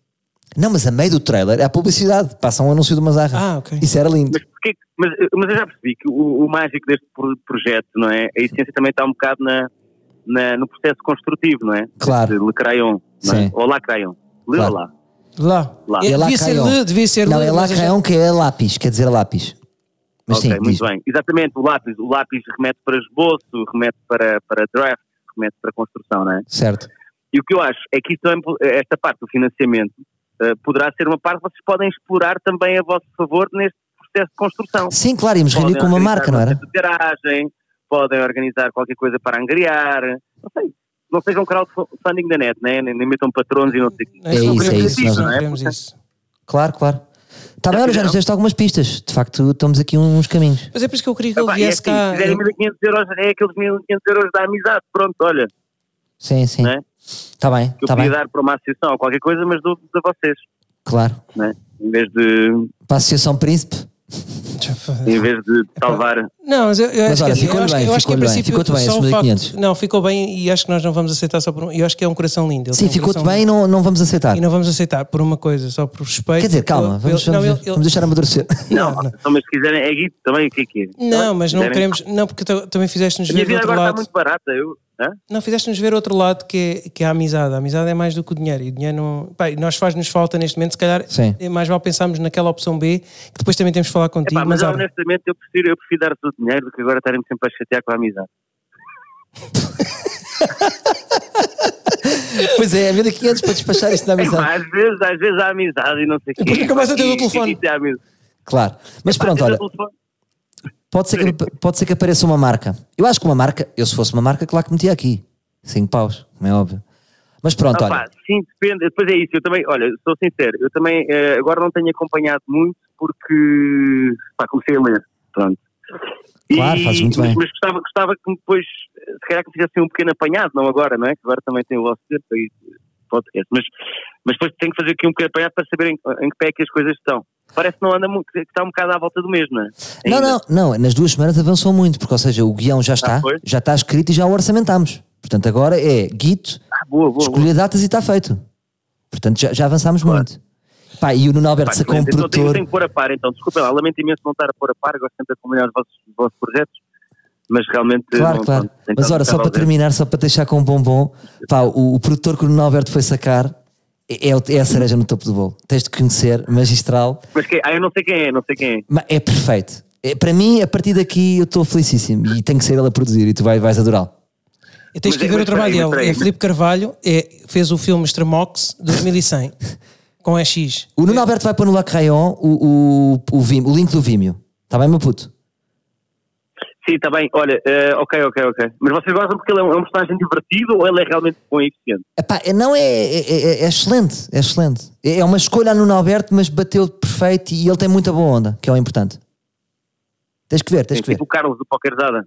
[SPEAKER 2] Não, mas a meio do trailer é a publicidade, passa um anúncio de uma zaga.
[SPEAKER 1] Ah, ok.
[SPEAKER 2] Isso era lindo.
[SPEAKER 4] Mas, porquê, que- mas, mas eu já percebi que o, o mágico deste pro- projeto, não é? A essência também está um bocado na, na- no processo construtivo, não é?
[SPEAKER 2] Claro.
[SPEAKER 4] De Le Crayon, não é?
[SPEAKER 2] Sim.
[SPEAKER 4] Ou La Crayon. Le
[SPEAKER 2] Claro.
[SPEAKER 4] ou lá.
[SPEAKER 1] Lá.
[SPEAKER 4] Lá.
[SPEAKER 1] É,
[SPEAKER 2] É lá
[SPEAKER 1] devia ser
[SPEAKER 2] Crayon.
[SPEAKER 1] de, devia ser
[SPEAKER 2] Não,
[SPEAKER 1] de,
[SPEAKER 2] é lá
[SPEAKER 1] mas a gente-
[SPEAKER 2] caião que é lápis, quer dizer lápis. Mas
[SPEAKER 4] ok,
[SPEAKER 2] sim,
[SPEAKER 4] muito
[SPEAKER 2] diz.
[SPEAKER 4] bem. Exatamente, o lápis. O lápis remete para esboço, remete para, para draft, remete para construção, não é?
[SPEAKER 2] Certo.
[SPEAKER 4] E o que eu acho é que isto é, impo- esta parte do financiamento eh, poderá ser uma parte que vocês podem explorar também a vosso favor neste processo de construção.
[SPEAKER 2] Sim, claro, íamos reunir
[SPEAKER 4] Podem
[SPEAKER 2] com uma
[SPEAKER 4] organizar
[SPEAKER 2] marca, não
[SPEAKER 4] uma
[SPEAKER 2] era?
[SPEAKER 4] festa de garagem, podem organizar qualquer coisa para angriar, não sei. Não sejam crowdfunding da net, né? nem, nem metam patronos e não sei o quê.
[SPEAKER 1] Nós não
[SPEAKER 2] É isso, é
[SPEAKER 1] queremos
[SPEAKER 2] isso,
[SPEAKER 1] não
[SPEAKER 4] não é?
[SPEAKER 1] queremos isso.
[SPEAKER 2] Claro, claro. Está bem, olha, já nos deste algumas pistas. De facto, estamos aqui um- uns caminhos.
[SPEAKER 1] Mas é por isso que eu queria que ele
[SPEAKER 4] Epá, e é
[SPEAKER 1] viesse
[SPEAKER 4] assim,
[SPEAKER 1] cá.
[SPEAKER 4] se fizerem 1500 euros, é aqueles 1500 euros da amizade, pronto, olha,
[SPEAKER 2] Sim, sim.
[SPEAKER 4] né?
[SPEAKER 2] Está bem,
[SPEAKER 4] que eu
[SPEAKER 2] está
[SPEAKER 4] podia
[SPEAKER 2] bem.
[SPEAKER 4] dar para uma associação ou qualquer coisa, mas dou a vocês,
[SPEAKER 2] Claro.
[SPEAKER 4] né? em vez de,
[SPEAKER 2] Para a Associação Príncipe.
[SPEAKER 4] em vez de salvar
[SPEAKER 1] Não, mas eu, eu
[SPEAKER 2] Mas
[SPEAKER 1] acho
[SPEAKER 2] olha,
[SPEAKER 1] que, é assim, eu
[SPEAKER 2] ficou-lhe
[SPEAKER 1] acho, que-
[SPEAKER 2] bem,
[SPEAKER 1] eu acho que em
[SPEAKER 2] ficou-lhe bem,
[SPEAKER 1] princípio
[SPEAKER 2] ficou-te bem,
[SPEAKER 1] só
[SPEAKER 2] esse
[SPEAKER 1] o facto-
[SPEAKER 2] 1500.
[SPEAKER 1] Não, ficou bem e acho que nós não vamos aceitar só por um. Eu acho que é um coração lindo. ele
[SPEAKER 2] Sim,
[SPEAKER 1] tem um
[SPEAKER 2] ficou-te
[SPEAKER 1] coração
[SPEAKER 2] bem e não, não vamos aceitar.
[SPEAKER 1] lindo. E não vamos aceitar por uma coisa, só por respeito.
[SPEAKER 2] Quer dizer, calma,
[SPEAKER 1] Ele-
[SPEAKER 2] vamos,
[SPEAKER 1] ele-
[SPEAKER 2] vamos,
[SPEAKER 1] não, ele-
[SPEAKER 2] vamos deixar amadurecer.
[SPEAKER 4] Não, então, mas se quiserem, é guito também, o que é que é?
[SPEAKER 1] ele- não, mas não queremos. Não, porque tu- também fizeste-nos
[SPEAKER 4] A minha
[SPEAKER 1] ver do
[SPEAKER 4] vida
[SPEAKER 1] outro
[SPEAKER 2] tá
[SPEAKER 1] lado.
[SPEAKER 4] agora está muito barata. Eu, hã?
[SPEAKER 1] Não, fizeste-nos ver outro lado que é, que é a amizade. A amizade é mais do que o dinheiro. E o dinheiro não. Pá, e nós faz-nos falta neste momento, se calhar
[SPEAKER 2] Sim.
[SPEAKER 1] é mais vale pensarmos naquela opção B, que depois também temos de falar contigo.
[SPEAKER 4] Epá, mas
[SPEAKER 1] mas, olha,
[SPEAKER 4] honestamente, eu prefiro, eu prefiro dar-te o dinheiro do que agora estarem sempre a chatear com a amizade.
[SPEAKER 2] pois é, 1500 para despachar isto na amizade.
[SPEAKER 4] Epá, às vezes, às vezes há amizade e não sei o quê.
[SPEAKER 1] Porque nunca mais atende o
[SPEAKER 4] E- e-
[SPEAKER 1] telefone.
[SPEAKER 4] e isso é amizade.
[SPEAKER 2] Claro.
[SPEAKER 4] É
[SPEAKER 2] Mas pronto,
[SPEAKER 4] Atende
[SPEAKER 2] olha,
[SPEAKER 4] o telefone.
[SPEAKER 2] pode ser, que, pode ser que apareça uma marca. Eu acho que uma marca, eu se fosse uma marca, claro que metia aqui. 5 paus, como é óbvio. Mas pronto,
[SPEAKER 4] Opá,
[SPEAKER 2] olha.
[SPEAKER 4] sim, depende. Depois é isso. Eu também, olha, sou sincero, eu também eh, agora não tenho acompanhado muito porque pá, comecei a ler. Pronto.
[SPEAKER 2] Claro, fazes muito
[SPEAKER 4] mas,
[SPEAKER 2] bem.
[SPEAKER 4] Mas gostava, gostava que depois, eh, se calhar que fizessem um pequeno apanhado, não agora, não é? Que agora também tem o vosso tempo aí, eh, podcast. Mas, mas depois tenho que fazer aqui um pequeno apanhado para saber em, em que pé é que as coisas estão. Parece que não anda muito, que está um bocado à volta do mesmo, não é?
[SPEAKER 2] Não,
[SPEAKER 4] Ainda. Ah,
[SPEAKER 2] não, não, nas duas semanas avançou muito, porque, ou seja, o guião já está,
[SPEAKER 4] foi?
[SPEAKER 2] já está escrito e já o orçamentámos. Portanto, agora é guito,
[SPEAKER 4] Ah, boa, boa. boa.
[SPEAKER 2] escolher datas e está feito. Portanto, já, já avançámos muito. Pá, e o Nuno Alberto
[SPEAKER 4] Pá,
[SPEAKER 2] sacou um
[SPEAKER 4] excelente. Então tenho,
[SPEAKER 2] produtor.
[SPEAKER 4] tenho que pôr a par, então. Desculpa lá, lamento imenso não estar a pôr a par, gosto sempre de acompanhar os vossos, os vossos projetos, mas realmente.
[SPEAKER 2] Claro,
[SPEAKER 4] não-
[SPEAKER 2] claro.
[SPEAKER 4] não- então,
[SPEAKER 2] Mas ora, só
[SPEAKER 4] estava
[SPEAKER 2] para
[SPEAKER 4] ausente.
[SPEAKER 2] terminar, só para deixar com um bombom, pá, o, o produtor que o Nuno Alberto foi sacar é, é o- é a cereja no topo do bolo. Tens de conhecer, magistral,
[SPEAKER 4] Mas quem, ah, eu não sei quem é, não sei quem é.
[SPEAKER 2] Ma- é perfeito. É, para mim, a partir daqui, eu estou felicíssimo e tem que ser ele a produzir e tu vai, vais adorá-lo.
[SPEAKER 1] E tens
[SPEAKER 4] Mas
[SPEAKER 1] que
[SPEAKER 4] é-
[SPEAKER 1] ver o
[SPEAKER 4] mas
[SPEAKER 1] trabalho
[SPEAKER 4] peraí,
[SPEAKER 1] dele.
[SPEAKER 4] mas peraí,
[SPEAKER 1] É
[SPEAKER 4] mas-
[SPEAKER 1] Filipe Carvalho, é, fez o filme Extremox 2100 com EX.
[SPEAKER 2] O Nuno Alberto vai pôr no Lacrayon o, o, o, Vimeo- o link do Vimeo. Está bem, meu puto?
[SPEAKER 4] Sim, está bem. Olha, eh, ok, ok, ok. Mas vocês gostam porque ele é um, é um personagem divertido ou ele é realmente bom e eficiente?
[SPEAKER 2] Epá, é- não é, é, é- é excelente, é excelente. É é uma escolha a Nuno Alberto, mas bateu perfeito e ele tem muita boa onda, que é o importante. Tens que ver, tens
[SPEAKER 4] Tem
[SPEAKER 2] que ver.
[SPEAKER 4] tipo o Carlos do Pokerzada,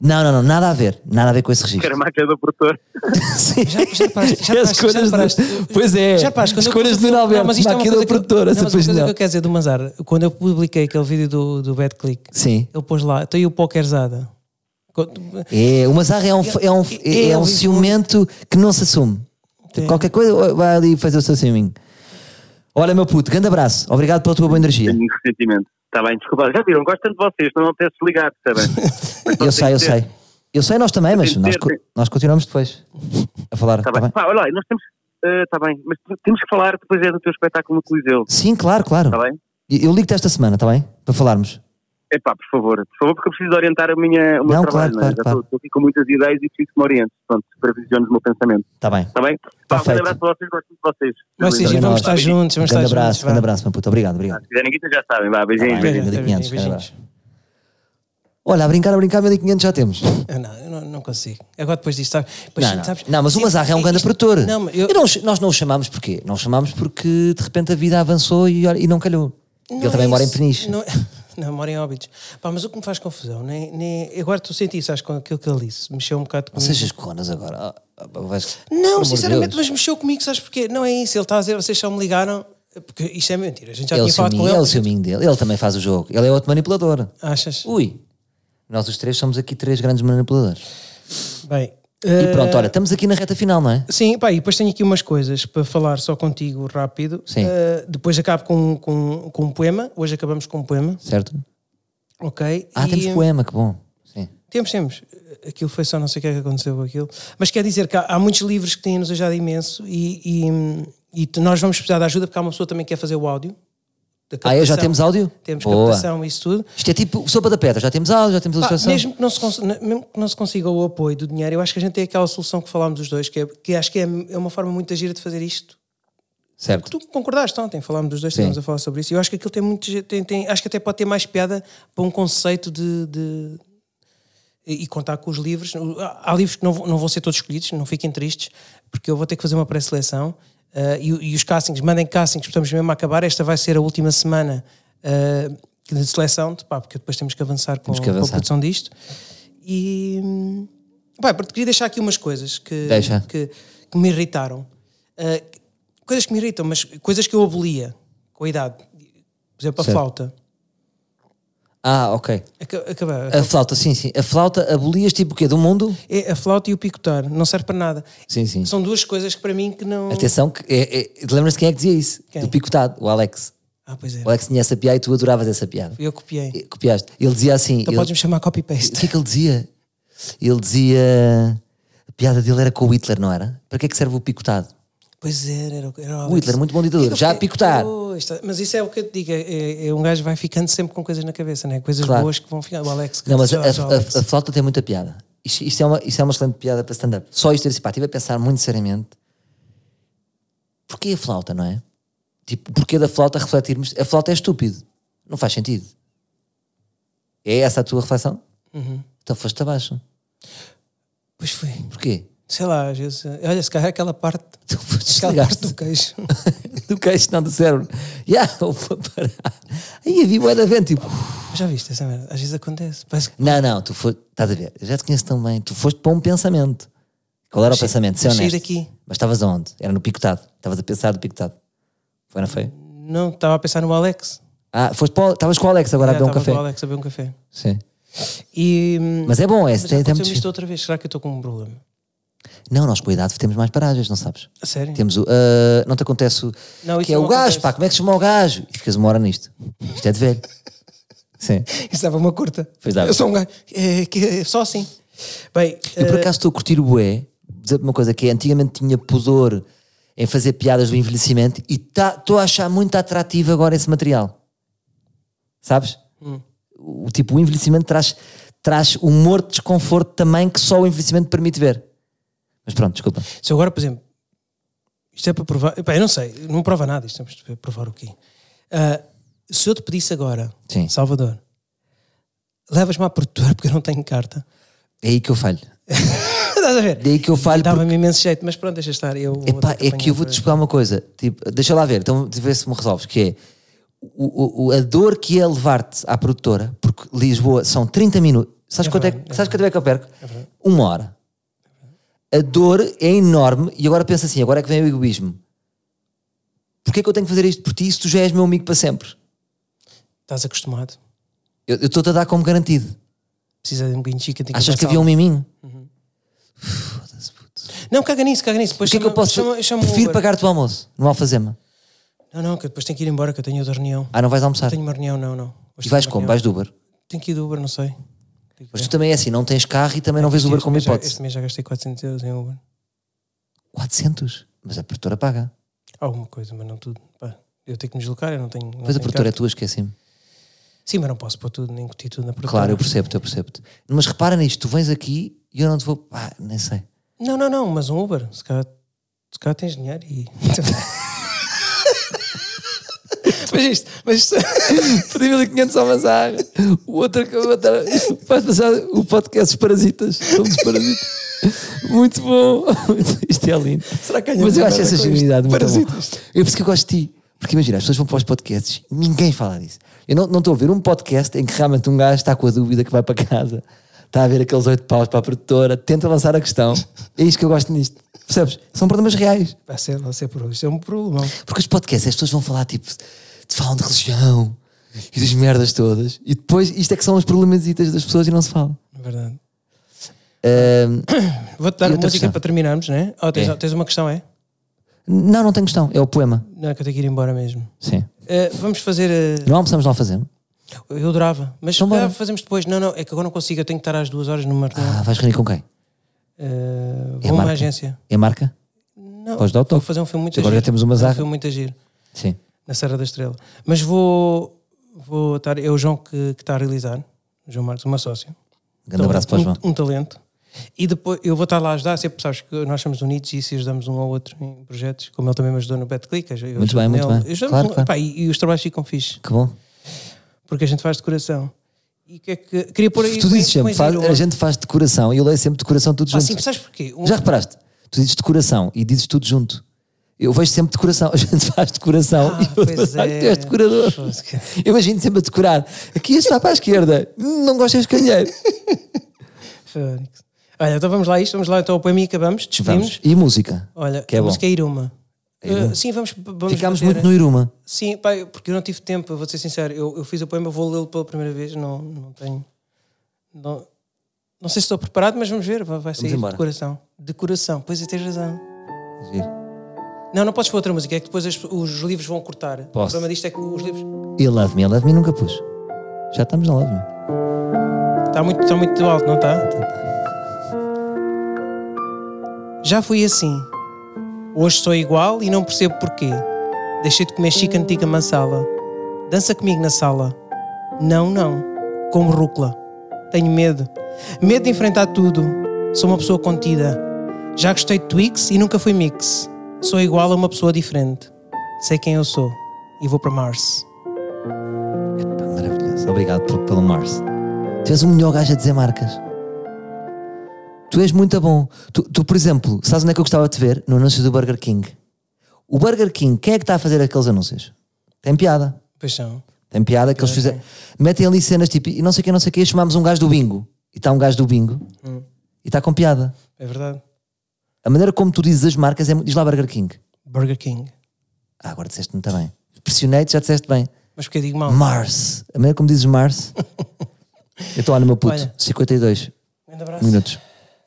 [SPEAKER 2] Não, não, não, nada a ver, nada a ver com esse
[SPEAKER 4] que
[SPEAKER 2] registro.
[SPEAKER 4] era a máquina do produtor.
[SPEAKER 2] Sim.
[SPEAKER 1] Já, já reparaste- já
[SPEAKER 2] E
[SPEAKER 1] reparaste- já reparaste-
[SPEAKER 2] pois é,
[SPEAKER 1] Já reparaste, quando eu-
[SPEAKER 2] escolhas do Nuno Alberto,
[SPEAKER 1] Não, mas isto é uma
[SPEAKER 2] máquina
[SPEAKER 1] coisa que eu-
[SPEAKER 2] produtora,
[SPEAKER 1] não,
[SPEAKER 2] essa
[SPEAKER 1] mas uma
[SPEAKER 2] pois
[SPEAKER 1] coisa
[SPEAKER 2] não.
[SPEAKER 1] que eu quero dizer do Manzar, quando eu publiquei aquele vídeo do, do Bad Click,
[SPEAKER 2] Sim.
[SPEAKER 1] ele pôs lá, tem o Pokerzada. Co-
[SPEAKER 2] É, o Mazar é um, é um, é,
[SPEAKER 1] É,
[SPEAKER 2] um
[SPEAKER 1] eu- É.
[SPEAKER 2] ciumento que não se assume.
[SPEAKER 1] Sim.
[SPEAKER 2] Qualquer coisa, vai ali fazer o seu ciúminho. Olha, meu puto, grande abraço. Obrigado pela tua boa energia.
[SPEAKER 4] Tenho ressentimento. Está bem, desculpa. Já viram, gosto tanto de vocês, não até se ligar, está bem? Mas
[SPEAKER 2] Eu
[SPEAKER 4] vocês
[SPEAKER 2] sei, eu
[SPEAKER 4] têm-
[SPEAKER 2] sei. Eu sei, nós também, mas
[SPEAKER 4] Tem que
[SPEAKER 2] nós,
[SPEAKER 4] ter,
[SPEAKER 2] co-
[SPEAKER 4] tem-
[SPEAKER 2] nós continuamos depois a falar.
[SPEAKER 4] Está
[SPEAKER 2] tá
[SPEAKER 4] bem.
[SPEAKER 2] bem?
[SPEAKER 4] Pá, olha, lá, nós temos. Está bem, mas temos que falar depois é do teu espetáculo no Coliseu,
[SPEAKER 2] Sim, claro, claro.
[SPEAKER 4] está bem?
[SPEAKER 2] Eu eu ligo-te esta semana, está bem? tá Para falarmos.
[SPEAKER 4] Epá, por favor, por favor, porque eu preciso orientar a minha, o meu
[SPEAKER 2] Não,
[SPEAKER 4] trabalho.
[SPEAKER 2] claro,
[SPEAKER 4] não é?
[SPEAKER 2] claro,
[SPEAKER 4] Já
[SPEAKER 2] claro.
[SPEAKER 4] estou- estou aqui com muitas ideias e preciso que me oriente. Pronto, supervisiones o meu pensamento.
[SPEAKER 2] Está Tá bem.
[SPEAKER 4] Está bem? Pá, um
[SPEAKER 2] Perfeito.
[SPEAKER 4] grande abraço para vocês, gosto muito de vocês.
[SPEAKER 1] Nós
[SPEAKER 4] Beijinhos.
[SPEAKER 1] sim,
[SPEAKER 2] Beijinho.
[SPEAKER 1] vamos estar juntos, vamos estar
[SPEAKER 2] Grande abraço,
[SPEAKER 1] juntos. vá.
[SPEAKER 2] grande abraço, meu puto. Obrigado, obrigado.
[SPEAKER 4] Se quiserem guita, já sabem. Vá, beijinhos.
[SPEAKER 2] Tá bem.
[SPEAKER 4] beijinhos.
[SPEAKER 1] Beijinhos,
[SPEAKER 2] 1500,
[SPEAKER 1] beijinhos.
[SPEAKER 2] Olha, a brincar, a brincar, 1500 já temos.
[SPEAKER 1] Ah, Não, eu não, não consigo. Agora depois disto, sabe? Depois,
[SPEAKER 2] Não, não.
[SPEAKER 1] sabes-
[SPEAKER 2] não, mas o
[SPEAKER 1] Sim,
[SPEAKER 2] Mazarra é um grande
[SPEAKER 1] isto-
[SPEAKER 2] produtor.
[SPEAKER 1] Não, mas eu-
[SPEAKER 2] E não o ch- nós não o chamámos porquê? Não o chamámos porque de repente a vida avançou e, olha, e não calhou.
[SPEAKER 1] Não
[SPEAKER 2] Ele também
[SPEAKER 1] é
[SPEAKER 2] mora em
[SPEAKER 1] isso.
[SPEAKER 2] Peniche.
[SPEAKER 1] Não, não, mora em Óbidos. Pá, mas o que me faz confusão, nem, nem, agora tu senti isso, acho, com aquilo que ele disse. Mexeu um bocado
[SPEAKER 2] Não
[SPEAKER 1] comigo.
[SPEAKER 2] sejas conas agora. Ah, ah, vais- Por
[SPEAKER 1] não,
[SPEAKER 2] amor de
[SPEAKER 1] sinceramente,
[SPEAKER 2] Deus.
[SPEAKER 1] mas mexeu comigo, sabes porquê? Não é isso, ele está a dizer, vocês só me ligaram, porque isto é mentira. A gente já
[SPEAKER 2] É o
[SPEAKER 1] tinha
[SPEAKER 2] seu
[SPEAKER 1] falado
[SPEAKER 2] minho,
[SPEAKER 1] com
[SPEAKER 2] é o
[SPEAKER 1] ele.
[SPEAKER 2] seu minho dele. Ele também faz o jogo. Ele é outro manipulador.
[SPEAKER 1] Achas?
[SPEAKER 2] Ui, nós os três somos aqui três grandes manipuladores.
[SPEAKER 1] Bem.
[SPEAKER 2] E
[SPEAKER 1] eh,
[SPEAKER 2] pronto, olha, estamos aqui na reta final, não é?
[SPEAKER 1] Sim, pá, e depois tenho aqui umas coisas para falar só contigo rápido.
[SPEAKER 2] Sim.
[SPEAKER 1] Eh, depois acabo com, com, com um poema. Hoje acabamos com um poema,
[SPEAKER 2] Certo?
[SPEAKER 1] ok?
[SPEAKER 2] Ah,
[SPEAKER 1] E-
[SPEAKER 2] temos poema, que bom. Sim.
[SPEAKER 1] Temos, temos. Aquilo foi só não sei o que é que aconteceu com aquilo. Mas quer dizer que há, há muitos livros que têm-nos ajudado imenso e, e, e t- nós vamos precisar de ajuda porque há uma pessoa também que quer fazer o áudio. da
[SPEAKER 2] Ah, é? Já
[SPEAKER 1] captação.
[SPEAKER 2] temos áudio?
[SPEAKER 1] Temos
[SPEAKER 2] Boa.
[SPEAKER 1] captação e isso tudo.
[SPEAKER 2] Isto é tipo sopa da pedra, já temos áudio, já temos
[SPEAKER 1] Pá,
[SPEAKER 2] ilustração.
[SPEAKER 1] mesmo, que não se cons- ne- mesmo que não se consiga o apoio do dinheiro, eu acho que a gente tem aquela solução que falámos os dois, que, é, que acho que é, é uma forma muito gira de fazer isto.
[SPEAKER 2] Certo.
[SPEAKER 1] Tu concordaste ontem, falámos dos dois,
[SPEAKER 2] Sim.
[SPEAKER 1] estivemos a falar sobre isso. e Eu acho que aquilo tem muito. je- Tem, tem- acho que até pode ter mais piada para um conceito de. de- e e contar com os livros. Há- Há livros que não, vão- não vão ser todos escolhidos, não fiquem tristes, porque eu vou ter que fazer uma pré-seleção. ah, e, o- e os castings, mandem castings, porque estamos mesmo a acabar. Esta vai ser a última semana ah, de seleção, de- pá, porque depois temos que avançar com,
[SPEAKER 2] que
[SPEAKER 1] com a
[SPEAKER 2] avançar.
[SPEAKER 1] produção disto. E. hum, Pá, porque queria deixar aqui umas coisas que,
[SPEAKER 2] Deixa.
[SPEAKER 1] que, que me irritaram. Ah, coisas que me irritam, mas coisas que eu abolia com a idade. Por exemplo, a
[SPEAKER 2] Certo.
[SPEAKER 1] flauta.
[SPEAKER 2] Ah, ok.
[SPEAKER 1] Aca- Acaba,
[SPEAKER 2] A flauta, sim, sim. A flauta abolias tipo o quê? Do mundo?
[SPEAKER 1] É, a flauta e o picotar não serve para nada.
[SPEAKER 2] Sim, sim.
[SPEAKER 1] São duas coisas que para mim que não.
[SPEAKER 2] Atenção, que é, é, lembras-te quem é que dizia isso?
[SPEAKER 1] um Quem?
[SPEAKER 2] Do picotado, o Alex.
[SPEAKER 1] Ah, pois é.
[SPEAKER 2] O Alex tinha essa piada e tu adoravas essa piada.
[SPEAKER 1] Eu copiei.
[SPEAKER 2] E Copiaste. Ele dizia assim.
[SPEAKER 1] Então
[SPEAKER 2] ele-
[SPEAKER 1] podes-me chamar
[SPEAKER 2] O
[SPEAKER 1] copy-paste.
[SPEAKER 2] que é que ele dizia? Ele dizia. A piada dele era com o Hitler, não era? Para que é que serve o picotado?
[SPEAKER 1] Pois era, era, o- é era
[SPEAKER 2] O Hitler, muito bom ditador. Já a picotar.
[SPEAKER 1] mas isso é o que eu te digo. é- é- um gajo vai ficando sempre com coisas na cabeça, né? coisas
[SPEAKER 2] Claro.
[SPEAKER 1] boas que vão ficar. O Alex,
[SPEAKER 2] Não, mas a,
[SPEAKER 1] já- já o
[SPEAKER 2] a-
[SPEAKER 1] Alex.
[SPEAKER 2] a flauta tem muita piada. Isto, isto é uma, isto é uma excelente piada para stand-up. Só isto, eu disse, pá, estive a pensar muito seriamente. Porquê a flauta, não é? Tipo, porquê da flauta refletirmos? A flauta é estúpido. Não faz sentido. É essa a tua reflexão? Então foste abaixo.
[SPEAKER 1] Pois foi.
[SPEAKER 2] Porquê?
[SPEAKER 1] Sei lá, às vezes. Olha, se calhar aquela parte.
[SPEAKER 2] Tu foste
[SPEAKER 1] Aquela parte do
[SPEAKER 2] desligaste
[SPEAKER 1] queijo.
[SPEAKER 2] do queixo, não do cérebro. Já, vou parar. Aí havia bué da vento, tipo...
[SPEAKER 1] Já viste essa merda? Às vezes acontece. Parece que
[SPEAKER 2] Não, não, tu foste... Estás a ver, eu já te conheço tão bem. Tu foste para um pensamento. Qual era o pensamento? Ser
[SPEAKER 1] sair
[SPEAKER 2] honesto.
[SPEAKER 1] daqui.
[SPEAKER 2] Mas estavas aonde? Era no picotado. Estavas a pensar do picotado. Foi, não foi?
[SPEAKER 1] Não, estava a pensar no Alex.
[SPEAKER 2] Ah, foste para o- estavas com o Alex agora
[SPEAKER 1] É,
[SPEAKER 2] a beber um
[SPEAKER 1] estava
[SPEAKER 2] café.
[SPEAKER 1] com o Alex a beber um café.
[SPEAKER 2] Sim.
[SPEAKER 1] E. hum,
[SPEAKER 2] Mas é bom, é,
[SPEAKER 1] já
[SPEAKER 2] tem, tem
[SPEAKER 1] aconteceu-me
[SPEAKER 2] muito
[SPEAKER 1] isto outra vez. Será que eu estou com um problema?
[SPEAKER 2] Não, nós com a idade temos mais paragens, não sabes?
[SPEAKER 1] A sério?
[SPEAKER 2] Temos o. ah, não te acontece o.
[SPEAKER 1] Não, isso
[SPEAKER 2] que é
[SPEAKER 1] não
[SPEAKER 2] o gajo,
[SPEAKER 1] acontece.
[SPEAKER 2] pá, como é que se chama o gajo? E ficas uma hora nisto. Isto é de velho. Sim.
[SPEAKER 1] Isso dava uma curta.
[SPEAKER 2] Pois dava.
[SPEAKER 1] Eu sou um gajo. É, que, é só assim. Bem,
[SPEAKER 2] Eu por
[SPEAKER 1] eh,
[SPEAKER 2] acaso estou a curtir o bué, dizer-te uma coisa, que é, antigamente tinha pudor em fazer piadas do envelhecimento e tá- estou a achar muito atrativo agora esse material. Sabes? O tipo, o envelhecimento traz, traz humor de desconforto também que só o envelhecimento permite ver. Mas pronto, desculpa.
[SPEAKER 1] eh, se eu agora, por exemplo, isto é para provar. Epá, eu não sei, não prova nada. Isto temos de provar o quê? Ah, se eu te pedisse agora,
[SPEAKER 2] Sim.
[SPEAKER 1] Salvador, levas-me à produtora porque eu não tenho carta.
[SPEAKER 2] É aí que eu falho.
[SPEAKER 1] Estás a ver?
[SPEAKER 2] Daí que eu falho
[SPEAKER 1] Dava-me imenso jeito, mas pronto, deixa estar. Eu vou
[SPEAKER 2] Epá,
[SPEAKER 1] ter
[SPEAKER 2] é
[SPEAKER 1] apanhar
[SPEAKER 2] que eu vou
[SPEAKER 1] outra
[SPEAKER 2] te
[SPEAKER 1] vez.
[SPEAKER 2] explicar uma coisa. Tipo, deixa lá ver, então de ver se me resolves, que é o, o- a dor que é levar-te à produtora, porque Lisboa são 30 minutos. Sabes,
[SPEAKER 1] É
[SPEAKER 2] quanto,
[SPEAKER 1] verdade,
[SPEAKER 2] é,
[SPEAKER 1] é
[SPEAKER 2] sabes quanto é que eu perco? uma hora. A dor é enorme e agora pensa assim, agora é que vem o egoísmo. Porquê é que eu tenho que fazer isto por ti se tu já és meu amigo para sempre?
[SPEAKER 1] Estás acostumado.
[SPEAKER 2] Eu eu estou-te a dar como garantido.
[SPEAKER 1] Precisa de um bocadinho de chica. tem
[SPEAKER 2] Achas que
[SPEAKER 1] avançar.
[SPEAKER 2] havia um miminho?
[SPEAKER 1] Uhum. Não, caga nisso, caga nisso. Depois
[SPEAKER 2] O que é que eu
[SPEAKER 1] chama-
[SPEAKER 2] posso
[SPEAKER 1] chama- chama o
[SPEAKER 2] Prefiro
[SPEAKER 1] Uber.
[SPEAKER 2] pagar-te o almoço no Alfazema.
[SPEAKER 1] Não, não, que eu depois tenho que ir embora, que eu tenho outra reunião.
[SPEAKER 2] Ah, não vais almoçar?
[SPEAKER 1] Tenho uma reunião, não, não. Hoje
[SPEAKER 2] E vais
[SPEAKER 1] tenho uma
[SPEAKER 2] como?
[SPEAKER 1] reunião.
[SPEAKER 2] Vais do Uber?
[SPEAKER 1] Tenho que ir do Uber, não sei. Tenho que
[SPEAKER 2] Mas
[SPEAKER 1] ver.
[SPEAKER 2] tu também é assim, não tens carro e também não vês Uber
[SPEAKER 1] Este é
[SPEAKER 2] como
[SPEAKER 1] mês já-
[SPEAKER 2] hipótese.
[SPEAKER 1] Este mês já gastei 400 euros em Uber.
[SPEAKER 2] 400. Mas a produtora paga.
[SPEAKER 1] Alguma coisa, mas não tudo. Pá, eu tenho que me deslocar, eu não tenho. não
[SPEAKER 2] Depois a
[SPEAKER 1] tenho
[SPEAKER 2] produtora é
[SPEAKER 1] carro.
[SPEAKER 2] tua, esqueci-me.
[SPEAKER 1] Sim, mas não posso pôr tudo, nem incutir tudo na produtora.
[SPEAKER 2] Claro, eu percebo-te, eu percebo-te. Mas repara nisto, tu vens aqui e eu não te vou. Pá, nem sei.
[SPEAKER 1] Não, não, não, mas um Uber. Se calhar, se calhar tens dinheiro e. mas isto, mas isto.
[SPEAKER 2] 3.500 ao bazar. O outro que eu vou estar. Vais passar o podcast Os Parasitas. Somos parasitas. Muito bom. Isto é lindo.
[SPEAKER 1] Será que ganhamos
[SPEAKER 2] Mas eu acho
[SPEAKER 1] nada
[SPEAKER 2] essa
[SPEAKER 1] com isto?
[SPEAKER 2] genialidade muito
[SPEAKER 1] Parasitas.
[SPEAKER 2] bom. É por isso que eu gosto de ti. Porque imagina, as pessoas vão para os podcasts e ninguém fala disso. Eu não, não estou a ver um podcast em que realmente um gajo está com a dúvida que vai para casa, está a ver aqueles oito paus para a produtora, tenta lançar a questão. É isto que eu gosto nisto. Percebes? São problemas reais.
[SPEAKER 1] Vai ser, vai ser por hoje. É um problema.
[SPEAKER 2] Porque os podcasts, as pessoas vão falar tipo, te falam de religião e das merdas todas, e depois isto é que são os problemasitas das pessoas e não se fala.
[SPEAKER 1] É verdade.
[SPEAKER 2] Ahm,
[SPEAKER 1] Vou-te dar
[SPEAKER 2] E
[SPEAKER 1] uma
[SPEAKER 2] outra
[SPEAKER 1] música
[SPEAKER 2] questão?
[SPEAKER 1] para terminarmos, não é? Oh, tens,
[SPEAKER 2] É.
[SPEAKER 1] tens uma questão, é?
[SPEAKER 2] não, não tem questão, é o poema.
[SPEAKER 1] Não, é que eu tenho que ir embora mesmo.
[SPEAKER 2] Sim.
[SPEAKER 1] Eh, vamos fazer. eh,
[SPEAKER 2] Não almoçamos, não fazemos.
[SPEAKER 1] eu adorava, mas se
[SPEAKER 2] Então bora.
[SPEAKER 1] calhar fazemos depois. Não, não, é que agora não consigo. Eu tenho que estar às duas horas numa reunião.
[SPEAKER 2] Ah, vais reunir com quem?
[SPEAKER 1] Eh,
[SPEAKER 2] É
[SPEAKER 1] vou a uma
[SPEAKER 2] marca.
[SPEAKER 1] agência.
[SPEAKER 2] É a marca?
[SPEAKER 1] Não,
[SPEAKER 2] Podes dar o
[SPEAKER 1] vou
[SPEAKER 2] toque.
[SPEAKER 1] fazer um filme muito
[SPEAKER 2] Agora
[SPEAKER 1] giro.
[SPEAKER 2] já temos uma
[SPEAKER 1] É um
[SPEAKER 2] zaga.
[SPEAKER 1] filme muito a giro.
[SPEAKER 2] Sim.
[SPEAKER 1] na Serra da Estrela. Mas vou, vou estar, é o João que, que está a realizar, o João Marcos, o meu sócio.
[SPEAKER 2] Um grande abraço para o
[SPEAKER 1] um,
[SPEAKER 2] João.
[SPEAKER 1] Um talento. E depois eu vou estar lá a ajudar, sempre sabes que nós somos unidos e se ajudamos um ao outro em projetos, como ele também me ajudou no BetClick. eu ajudo
[SPEAKER 2] bem, muito
[SPEAKER 1] nele.
[SPEAKER 2] bem.
[SPEAKER 1] Eu ajudo-me
[SPEAKER 2] Claro,
[SPEAKER 1] com-
[SPEAKER 2] claro.
[SPEAKER 1] pá, e, e os trabalhos ficam fixe,
[SPEAKER 2] Que bom.
[SPEAKER 1] porque a gente faz de coração. E o que é que. Queria pôr aí.
[SPEAKER 2] Tu dizes
[SPEAKER 1] põe- põe
[SPEAKER 2] sempre, faz-
[SPEAKER 1] zero,
[SPEAKER 2] a gente faz decoração e eu leio sempre decoração tudo
[SPEAKER 1] pá,
[SPEAKER 2] junto.
[SPEAKER 1] sim, sabes porquê? Um-
[SPEAKER 2] Já reparaste? Tu dizes decoração e dizes tudo junto. Eu vejo sempre decoração, a gente faz decoração
[SPEAKER 1] Ah,
[SPEAKER 2] e eu
[SPEAKER 1] pois
[SPEAKER 2] pensar
[SPEAKER 1] é.
[SPEAKER 2] que tu és decorador.
[SPEAKER 1] Pois, que-
[SPEAKER 2] Eu imagino sempre a decorar. Aqui este vai para a esquerda, não gostas de canheiro.
[SPEAKER 1] Fónix. Olha, então vamos lá a isto, vamos lá então ao poema e acabamos,
[SPEAKER 2] Vamos.
[SPEAKER 1] despedimos.
[SPEAKER 2] E música?
[SPEAKER 1] Olha,
[SPEAKER 2] Que é
[SPEAKER 1] a
[SPEAKER 2] bom.
[SPEAKER 1] música é Iruma.
[SPEAKER 2] Iruma.
[SPEAKER 1] Ah, sim, vamos, vamos
[SPEAKER 2] Ficámos
[SPEAKER 1] bater-
[SPEAKER 2] muito no Iruma.
[SPEAKER 1] Sim, pá, eu- porque eu não tive tempo, eu vou ser sincero. Eu, eu fiz o poema, vou lê-lo pela primeira vez, não, não tenho. Não, não sei se estou preparado, mas vamos ver, vai vai sair
[SPEAKER 2] embora.
[SPEAKER 1] de coração. De coração, pois é, tens razão.
[SPEAKER 2] Giro.
[SPEAKER 1] Não, não podes pôr outra música, é que depois as- os livros vão cortar.
[SPEAKER 2] Posso.
[SPEAKER 1] O problema disto é que os livros.
[SPEAKER 2] E Love Me, Love Me nunca pus. Já estamos na Love Me.
[SPEAKER 1] Está Tá muito, está muito alto, não tá? está? Já fui assim. Hoje sou igual e não percebo porquê. Deixei de comer chica antiga mansala. Dança comigo na sala. Não, não. Como rúcula. Tenho medo. Medo de enfrentar tudo. Sou uma pessoa contida. Já gostei de Twix e nunca fui mix. Sou igual a uma pessoa diferente. Sei quem eu sou e vou para Mars.
[SPEAKER 2] Pá, Maravilhoso. Obrigado pelo, pelo Mars. Tu és o melhor gajo a dizer marcas. Tu és muito bom. Tu, tu, por exemplo, sabes onde é que eu gostava de te ver? No anúncio do Burger King. O Burger King, quem é que está a fazer aqueles anúncios? Tem piada.
[SPEAKER 1] Paixão.
[SPEAKER 2] Tem piada que eles fizeram. Metem ali cenas tipo, e não sei o que, não sei o que, chamámos um gajo do bingo. E está um gajo do bingo e está com piada.
[SPEAKER 1] É verdade.
[SPEAKER 2] A maneira como tu dizes as marcas é. muito- Diz lá Burger King.
[SPEAKER 1] Burger King.
[SPEAKER 2] Ah, agora disseste muito bem. Pressionei-te, já disseste bem.
[SPEAKER 1] Mas porque eu digo mal.
[SPEAKER 2] Mars. A maneira como dizes Mars. eu estou lá no meu puto.
[SPEAKER 1] Olha.
[SPEAKER 2] 52
[SPEAKER 1] Grande abraço.
[SPEAKER 2] minutos.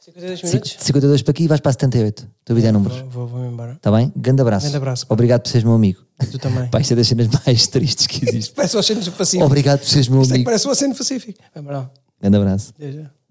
[SPEAKER 1] 52
[SPEAKER 2] Cin-
[SPEAKER 1] minutos.
[SPEAKER 2] 52 para aqui e vais para 78. Estou a vida é números.
[SPEAKER 1] Vou- Vou, vou-me embora.
[SPEAKER 2] Está bem? Grande abraço.
[SPEAKER 1] Grande abraço, pá.
[SPEAKER 2] Obrigado por seres meu amigo.
[SPEAKER 1] Tu também.
[SPEAKER 2] Pá, isto é das cenas mais tristes que existe.
[SPEAKER 1] Parece o Oceano do Pacífico.
[SPEAKER 2] Obrigado por seres meu
[SPEAKER 1] Isto é que
[SPEAKER 2] amigo.
[SPEAKER 1] parece o Oceano do Pacífico. Vai embora.
[SPEAKER 2] Grande abraço.
[SPEAKER 1] Até já.